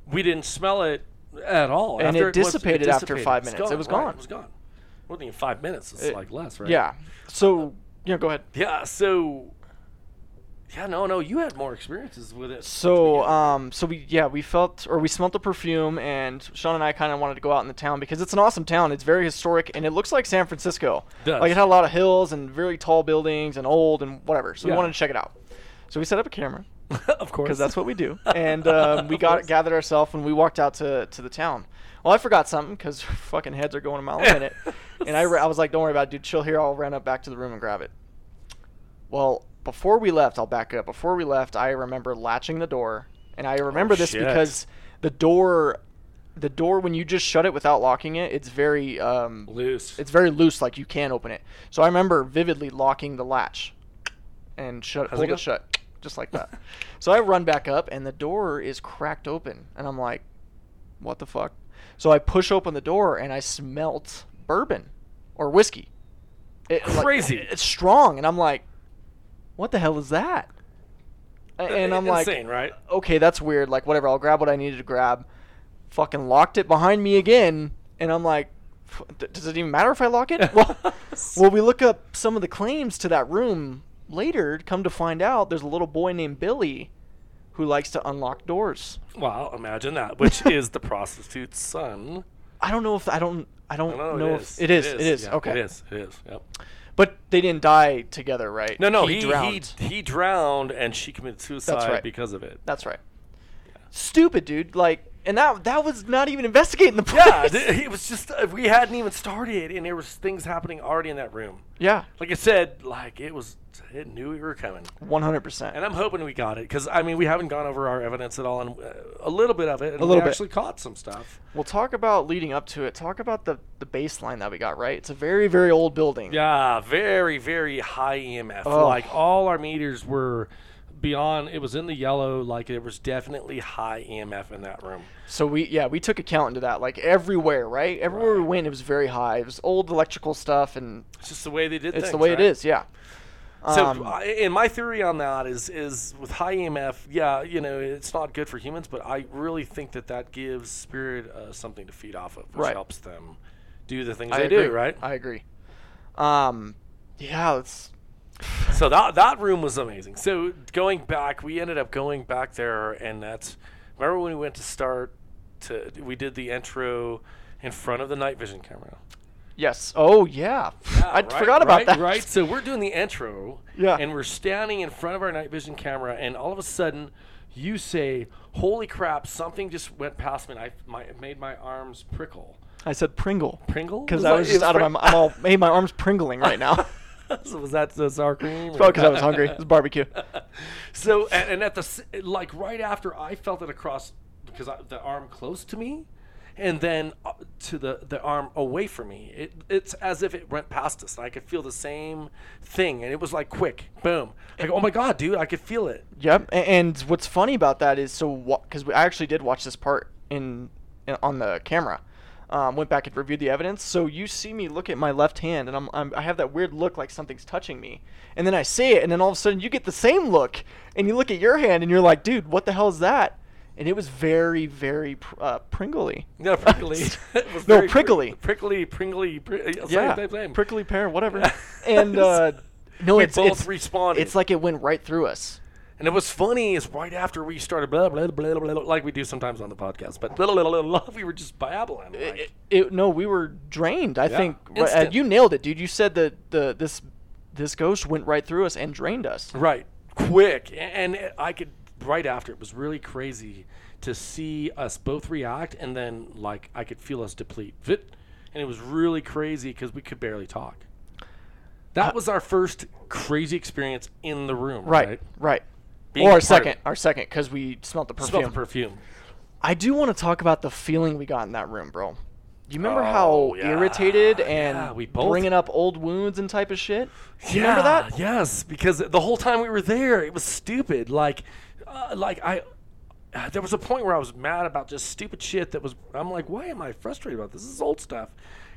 [SPEAKER 3] we didn't smell it at all.
[SPEAKER 2] And it
[SPEAKER 3] was-
[SPEAKER 2] dissipated after five minutes. It was
[SPEAKER 3] right,
[SPEAKER 2] gone.
[SPEAKER 3] It was gone. Wasn't even five minutes. It's
[SPEAKER 2] It-
[SPEAKER 3] like less, right?
[SPEAKER 2] Yeah. So, yeah, go ahead.
[SPEAKER 3] Yeah. So. Yeah. No. No. You had more experiences with it.
[SPEAKER 2] So, um, so we yeah we felt or we smelt the perfume, and Sean and I kind of wanted to go out in the town because it's an awesome town. It's very historic, and it looks like San Francisco.
[SPEAKER 3] Does.
[SPEAKER 2] Like it had a lot of hills and very tall buildings and old and whatever. So
[SPEAKER 3] Yeah.
[SPEAKER 2] we wanted to check it out. So we set up a camera
[SPEAKER 3] of course.
[SPEAKER 2] because that's what we do, and um, we got gathered ourselves and we walked out to to the town. Well, I forgot something because fucking heads are going a mile a minute, and I, ra- I was like, "Don't worry about it, dude. Chill here. I'll run up back to the room and grab it." Well, before we left, I'll back up. Before we left, I remember latching the door, and I remember this
[SPEAKER 3] shit.
[SPEAKER 2] because the door, the door when you just shut it without locking it, it's very um,
[SPEAKER 3] loose.
[SPEAKER 2] it's very loose, like you can open it. So I remember vividly locking the latch and shut
[SPEAKER 3] it
[SPEAKER 2] pulled
[SPEAKER 3] go?
[SPEAKER 2] it shut, just like that. so I run back up, and the door is cracked open, and I'm like, "What the fuck?" So I push open the door, and I smelt bourbon or whiskey. It- like,
[SPEAKER 3] Crazy.
[SPEAKER 2] it's strong, and I'm like, "What the hell is that?" A- And I'm like,
[SPEAKER 3] Uh, insane, right?
[SPEAKER 2] okay, that's weird. Like, whatever, I'll grab what I needed to grab. Fucking locked it behind me again, and I'm like, "F- d- does it even matter if I lock it? well, well, we look up some of the claims to that room later. Come to find out, there's a little boy named Billy who likes to unlock doors.
[SPEAKER 3] Wow. Imagine that. Which is the prostitute's son.
[SPEAKER 2] I don't know if I don't. I don't
[SPEAKER 3] No,
[SPEAKER 2] know if
[SPEAKER 3] it is.
[SPEAKER 2] it is. It is.
[SPEAKER 3] yeah,
[SPEAKER 2] okay.
[SPEAKER 3] It is. It is. Yep.
[SPEAKER 2] But they didn't die together, right?
[SPEAKER 3] No, no,
[SPEAKER 2] He,
[SPEAKER 3] he he
[SPEAKER 2] drowned.
[SPEAKER 3] drowned. He, drowned, and she committed suicide
[SPEAKER 2] right.
[SPEAKER 3] because of it.
[SPEAKER 2] That's right. Stupid dude. Like, and that that was not even investigating the place.
[SPEAKER 3] Yeah, th- it was just uh, we hadn't even started, and there was things happening already in that room.
[SPEAKER 2] yeah.
[SPEAKER 3] Like I said, like it was, it knew we were coming,
[SPEAKER 2] One hundred percent.
[SPEAKER 3] and I'm hoping we got it because I mean we haven't gone over our evidence at all, and uh, a little bit of it, and
[SPEAKER 2] little
[SPEAKER 3] we
[SPEAKER 2] bit.
[SPEAKER 3] actually caught some stuff.
[SPEAKER 2] We'll talk about leading up to it. Talk about the the baseline that we got right. It's a very very old building.
[SPEAKER 3] Yeah, very very high EMF.
[SPEAKER 2] Oh.
[SPEAKER 3] Like all our meters were beyond. It was in the yellow. Like it was definitely high EMF in that room.
[SPEAKER 2] So we yeah we took account into that like everywhere right everywhere we went it was very high. It was old electrical stuff and
[SPEAKER 3] It's just the way they did.
[SPEAKER 2] it's the
[SPEAKER 3] things,
[SPEAKER 2] way
[SPEAKER 3] right?
[SPEAKER 2] it is. Yeah.
[SPEAKER 3] So,
[SPEAKER 2] Um,
[SPEAKER 3] I- and my theory on that is, is with high EMF, yeah, you know, it's not good for humans, but I really think that that gives spirit uh, something to feed off of, which
[SPEAKER 2] Right.
[SPEAKER 3] helps them do the things
[SPEAKER 2] I
[SPEAKER 3] they
[SPEAKER 2] agree.
[SPEAKER 3] do, right?
[SPEAKER 2] I agree. Um, yeah. It's
[SPEAKER 3] so that that room was amazing. So going back, we ended up going back there, and that's remember when we went to start to we did the intro in front of the night vision camera.
[SPEAKER 2] Yes. Oh yeah.
[SPEAKER 3] Yeah,
[SPEAKER 2] I
[SPEAKER 3] right,
[SPEAKER 2] forgot about
[SPEAKER 3] right,
[SPEAKER 2] that.
[SPEAKER 3] Right. So we're doing the intro.
[SPEAKER 2] Yeah.
[SPEAKER 3] And we're standing in front of our night vision camera, and all of a sudden, you say, "Holy crap! Something just went past me. And I my, it made my arms prickle.
[SPEAKER 2] I said Pringle.
[SPEAKER 3] Pringle?
[SPEAKER 2] Because
[SPEAKER 3] Was
[SPEAKER 2] I
[SPEAKER 3] that-
[SPEAKER 2] was
[SPEAKER 3] it
[SPEAKER 2] just
[SPEAKER 3] was
[SPEAKER 2] out of my.
[SPEAKER 3] Pring-
[SPEAKER 2] mi- I'm all. Hey, my arms pringling right now.
[SPEAKER 3] So was that the sour cream?
[SPEAKER 2] Probably because I was hungry. It was barbecue.
[SPEAKER 3] Mm. So and, and at the s- like right after I felt it across because I, the arm close to me, and then uh, to the the arm away from me. It, it's as if it went past us. And I could feel the same thing, and it was like quick, boom. Like oh my god, dude, I could feel it.
[SPEAKER 2] Yep. a- And what's funny about that is so because I actually did watch this part in, in on the camera. Um, went back and reviewed the evidence. So you see me look at my left hand, and I'm, I'm I have that weird look like something's touching me, and then I see it, and then all of a sudden you get the same look, and you look at your hand, and you're like, dude, what the hell is that? And it was very, very pr- uh, pringly.
[SPEAKER 3] No prickly. It was
[SPEAKER 2] No,
[SPEAKER 3] very pri-
[SPEAKER 2] prickly.
[SPEAKER 3] prickly, pringly, pri- yeah, same,
[SPEAKER 2] yeah,
[SPEAKER 3] same, same.
[SPEAKER 2] prickly pear, whatever. and uh, no,
[SPEAKER 3] We
[SPEAKER 2] it's
[SPEAKER 3] both
[SPEAKER 2] it's,
[SPEAKER 3] responded.
[SPEAKER 2] It's like it went right through us.
[SPEAKER 3] And it was funny is right after we started blah blah blah blah, blah like we do sometimes on the podcast, but blah blah blah, blah, blah we were just babbling. Like,
[SPEAKER 2] it, it, no, we were drained. I think right, uh,
[SPEAKER 3] Instant.
[SPEAKER 2] you nailed it, dude. You said that the this this ghost went right through us and drained us.
[SPEAKER 3] Right, quick, A- and it- I could right after it was really crazy to see us both react, and then like I could feel us deplete. Vit, and it was really crazy because we could barely talk. That was our first crazy experience in the room. Right,
[SPEAKER 2] Right, right.
[SPEAKER 3] Being
[SPEAKER 2] or
[SPEAKER 3] part
[SPEAKER 2] our
[SPEAKER 3] of
[SPEAKER 2] second,
[SPEAKER 3] it.
[SPEAKER 2] our second, because we smelled the perfume.
[SPEAKER 3] smell the perfume.
[SPEAKER 2] I do want to talk about the feeling we got in that room, bro. You remember
[SPEAKER 3] Oh,
[SPEAKER 2] how
[SPEAKER 3] yeah,
[SPEAKER 2] irritated and
[SPEAKER 3] yeah, we both-
[SPEAKER 2] bringing up old wounds and type of shit? Do you remember that?
[SPEAKER 3] Yes, because the whole time we were there, it was stupid. Like, uh, like I, uh, there was a point where I was mad about just stupid shit that was. I'm like, why am I frustrated about this? This is old stuff.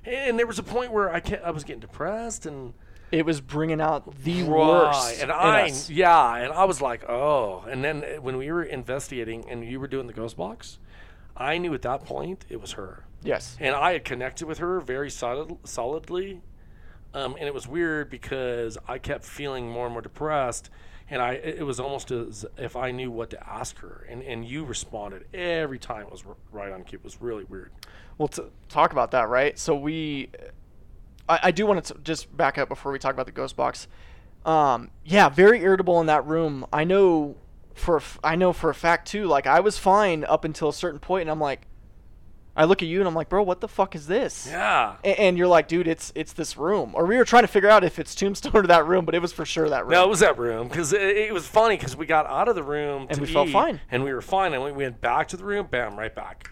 [SPEAKER 3] And there was a point where I can't, I was getting depressed and
[SPEAKER 2] It was bringing out the
[SPEAKER 3] Right,
[SPEAKER 2] worst.
[SPEAKER 3] And
[SPEAKER 2] in
[SPEAKER 3] I,
[SPEAKER 2] us.
[SPEAKER 3] yeah, and I was like, oh. And then uh, when we were investigating and you were doing the ghost box, I knew at that point it was her
[SPEAKER 2] yes,
[SPEAKER 3] and I had connected with her very solid, solidly. Um, and it was weird because I kept feeling more and more depressed, and I it it was almost as if I knew what to ask her, and, and you responded every time. It was r- right on cue. It was really weird.
[SPEAKER 2] Well, t- talk about that, right? So we, I, I do want to just back up before we talk about the ghost box. Um, yeah, very irritable in that room. I know for a f- I know for a fact too. Like I was fine up until a certain point, and I'm like, I look at you and I'm like, bro, what the fuck is this?
[SPEAKER 3] Yeah.
[SPEAKER 2] A- And you're like, dude, it's it's this room. Or we were trying to figure out if it's Tombstone or that room, but it was for sure that room.
[SPEAKER 3] No, it was that room because it, it was funny because we got out of the room to
[SPEAKER 2] we felt
[SPEAKER 3] eat,
[SPEAKER 2] fine.
[SPEAKER 3] and we were fine, and we went back to the room. Bam, right back.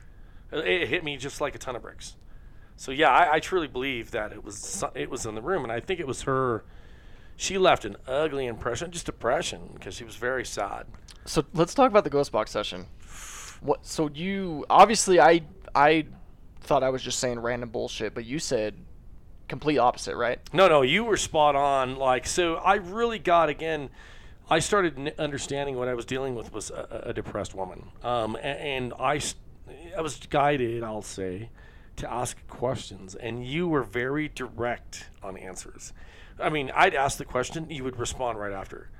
[SPEAKER 3] It, it hit me just like a ton of bricks. So yeah, I, I truly believe that it was so- it was in the room, and I think it was her. She left an ugly impression, just depression, because she was very sad.
[SPEAKER 2] So let's talk about the ghost box session. What? So you obviously I I thought I was just saying random bullshit, but you said complete opposite, right?
[SPEAKER 3] No, no, you were spot on. Like, so I really got again. I started n- understanding what I was dealing with was a, a a depressed woman, um, a- and, I, s- I was guided, I'll say, to ask questions, and you were very direct on answers. I mean, I'd ask the question, you would respond right after.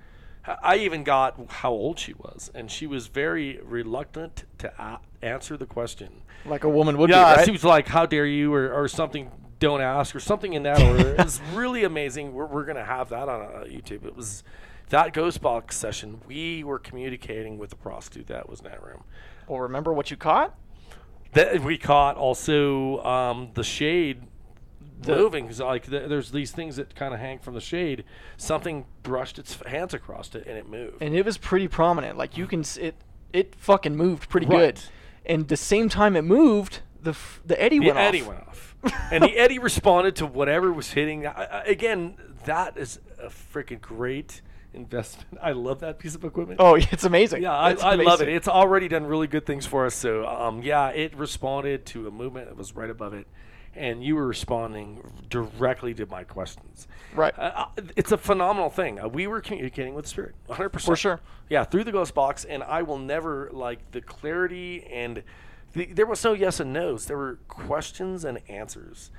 [SPEAKER 3] I- I even got how old she was, and she was very reluctant to a- answer the question.
[SPEAKER 2] Like a woman would
[SPEAKER 3] Yeah,
[SPEAKER 2] be, right?
[SPEAKER 3] she was like, "How dare you?" or, or something. Don't ask or something in that order. it's really amazing. We're, we're gonna have that on uh, YouTube. It was that ghost box session. We were communicating with the prostitute that was in that room.
[SPEAKER 2] well, remember what you caught?
[SPEAKER 3] That we caught also um, the shade moving. 'cause, Like th- there's these things that kind of hang from the shade. Something brushed its hands across it and it moved.
[SPEAKER 2] And it was pretty prominent. Like you can s- it it fucking moved pretty good.
[SPEAKER 3] Right.
[SPEAKER 2] And the same time it moved, the f- the eddy went
[SPEAKER 3] the Eddie
[SPEAKER 2] off.
[SPEAKER 3] went off, and the Eddie responded to whatever was hitting. I, I, again, that is a freaking great investment. I love that piece of equipment.
[SPEAKER 2] Oh, it's amazing.
[SPEAKER 3] yeah, I,
[SPEAKER 2] It's
[SPEAKER 3] I love it.
[SPEAKER 2] amazing.
[SPEAKER 3] It's already done really good things for us. So, um, yeah, it responded to a movement that was right above it, and you were responding directly to my questions.
[SPEAKER 2] Right.
[SPEAKER 3] Uh, uh, it's a phenomenal thing. Uh, we were communicating with spirit, 100%.
[SPEAKER 2] For sure.
[SPEAKER 3] Yeah, through the ghost box, and I will never like the clarity and the, there was no yes and nos. There were questions and answers.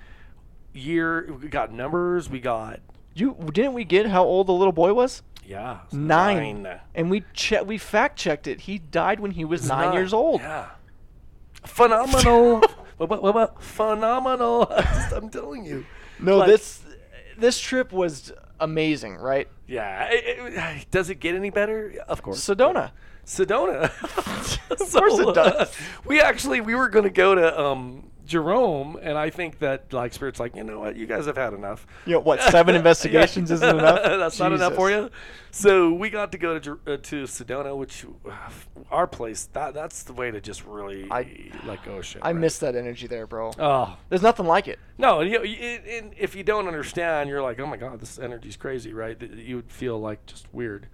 [SPEAKER 3] Year, we got numbers. We got
[SPEAKER 2] You didn't we get how old the little boy was?
[SPEAKER 3] yeah
[SPEAKER 2] Nine. And we che- we fact checked it. He died when he was nine, years old.
[SPEAKER 3] Yeah. Phenomenal. Wha- wha- wha- wha- Phenomenal. I'm just- I'm telling you.
[SPEAKER 2] No,
[SPEAKER 3] Like-
[SPEAKER 2] this this trip was amazing, right?
[SPEAKER 3] Yeah. it- it- does it get any better? Of course.
[SPEAKER 2] Sedona.
[SPEAKER 3] Sedona. of
[SPEAKER 2] course it does.
[SPEAKER 3] we actually we were going to go to um, Jerome, and I think that like Spirit's like, you know what, you guys have had enough.
[SPEAKER 2] You know, what, seven investigations isn't enough?
[SPEAKER 3] That's not enough for
[SPEAKER 2] Jesus.
[SPEAKER 3] you. So we got to go to Jer- uh, to Sedona, which uh, our place. That that's the way to just really
[SPEAKER 2] I-
[SPEAKER 3] like go shit.
[SPEAKER 2] I
[SPEAKER 3] right?
[SPEAKER 2] miss that energy there, bro.
[SPEAKER 3] Oh
[SPEAKER 2] There's nothing like it.
[SPEAKER 3] no! And, you know, y- and- and if you don't understand, you're like, oh my god, this energy's crazy, right? Th- You would feel like just weird.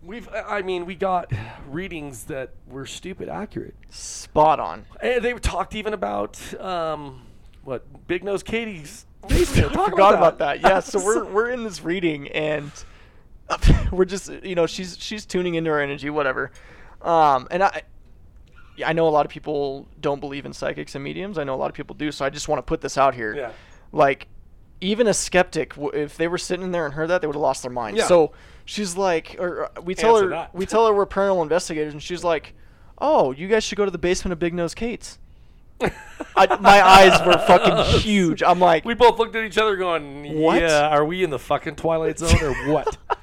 [SPEAKER 3] We've, I I mean, we got readings that were stupid accurate.
[SPEAKER 2] Spot on.
[SPEAKER 3] And they talked even about um, what Big Nose Katie's basement. Talk
[SPEAKER 2] Forgot about that. Yeah, so we're
[SPEAKER 3] So-
[SPEAKER 2] we're in this reading and we're just you know she's she's tuning into her energy, whatever. Um, and I yeah, I know a lot of people don't believe in psychics and mediums. I know a lot of people do, so I just want to put this out here.
[SPEAKER 3] Yeah.
[SPEAKER 2] Like even a skeptic, w- if they were sitting there and heard that, they would have lost their mind.
[SPEAKER 3] Yeah.
[SPEAKER 2] So she's like, or uh, we tell
[SPEAKER 3] Answer
[SPEAKER 2] her,
[SPEAKER 3] that.
[SPEAKER 2] we tell her we're paranormal investigators, and she's like, "Oh, you guys should go to the basement of Big Nose Kate's." I, my eyes were fucking huge. I'm like,
[SPEAKER 3] We both looked at each other, going,
[SPEAKER 2] What?
[SPEAKER 3] Yeah, are we in the fucking Twilight Zone or what? fucking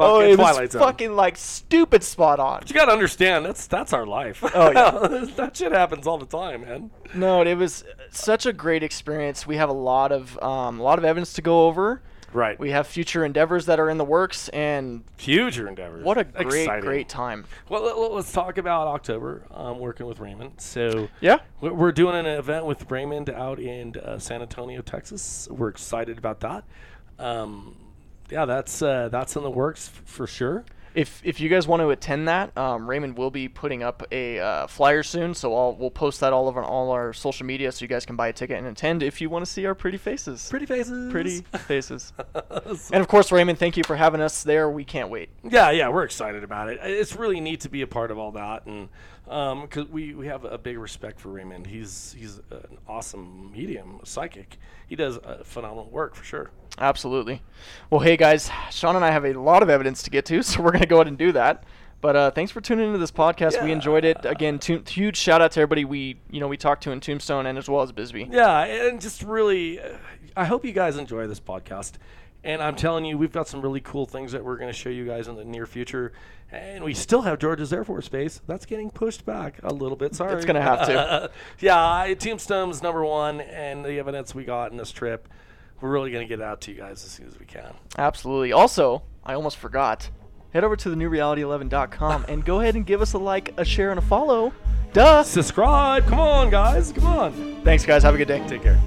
[SPEAKER 2] oh, it
[SPEAKER 3] Twilight
[SPEAKER 2] was
[SPEAKER 3] Zone.
[SPEAKER 2] fucking like stupid spot on.
[SPEAKER 3] you gotta understand, that's that's our life.
[SPEAKER 2] Oh, yeah.
[SPEAKER 3] that shit happens all the time, man.
[SPEAKER 2] No, it was uh, such a great experience. We have a lot of um, a lot of evidence to go over.
[SPEAKER 3] Right.
[SPEAKER 2] We have future endeavors that are in the works, and
[SPEAKER 3] Future endeavors.
[SPEAKER 2] what a great
[SPEAKER 3] Exciting.
[SPEAKER 2] great time.
[SPEAKER 3] Well, let- let, us talk about October. I'm working with Raymond. So
[SPEAKER 2] Yeah.
[SPEAKER 3] we- we're doing an event with Raymond out in uh, San Antonio, Texas. We're excited about that. Um, yeah, that's uh, that's in the works f- for sure.
[SPEAKER 2] If if you guys want to attend that, um, Raymond will be putting up a uh, flyer soon, so I'll we'll post that all over on all our social media, so you guys can buy a ticket and attend if you want to see our pretty faces.
[SPEAKER 3] Pretty faces.
[SPEAKER 2] Pretty faces. and of course, Raymond, thank you for having us there. We can't wait.
[SPEAKER 3] Yeah, yeah, we're excited about it. It's really neat to be a part of all that, and because we, we have a big respect for Raymond. He's he's an awesome medium, psychic. He does uh, phenomenal work for sure.
[SPEAKER 2] Absolutely. Well, hey guys, Sean and I have a lot of evidence to get to, so we're going to go ahead and do that. But uh, thanks for tuning into this podcast. We enjoyed it. Again, tu- huge shout out to everybody we you know we talked to in Tombstone and as well as Bisbee.
[SPEAKER 3] Yeah, and just really, uh, I hope you guys enjoy this podcast. And I'm telling you, we've got some really cool things that we're going to show you guys in the near future. And we still have George's Air Force Base. That's getting pushed back a little bit. Sorry.
[SPEAKER 2] It's gonna have to.
[SPEAKER 3] yeah, I- Tombstone's number one, and the evidence we got in this trip, we're really going to get out to you guys as soon as we can.
[SPEAKER 2] Absolutely. Also, I almost forgot. Head over to the newreality11.com and go ahead and give us a like, a share, and a follow. Duh.
[SPEAKER 3] Subscribe. Come on, guys. Come on.
[SPEAKER 2] Thanks, guys. Have a good day.
[SPEAKER 3] Take care.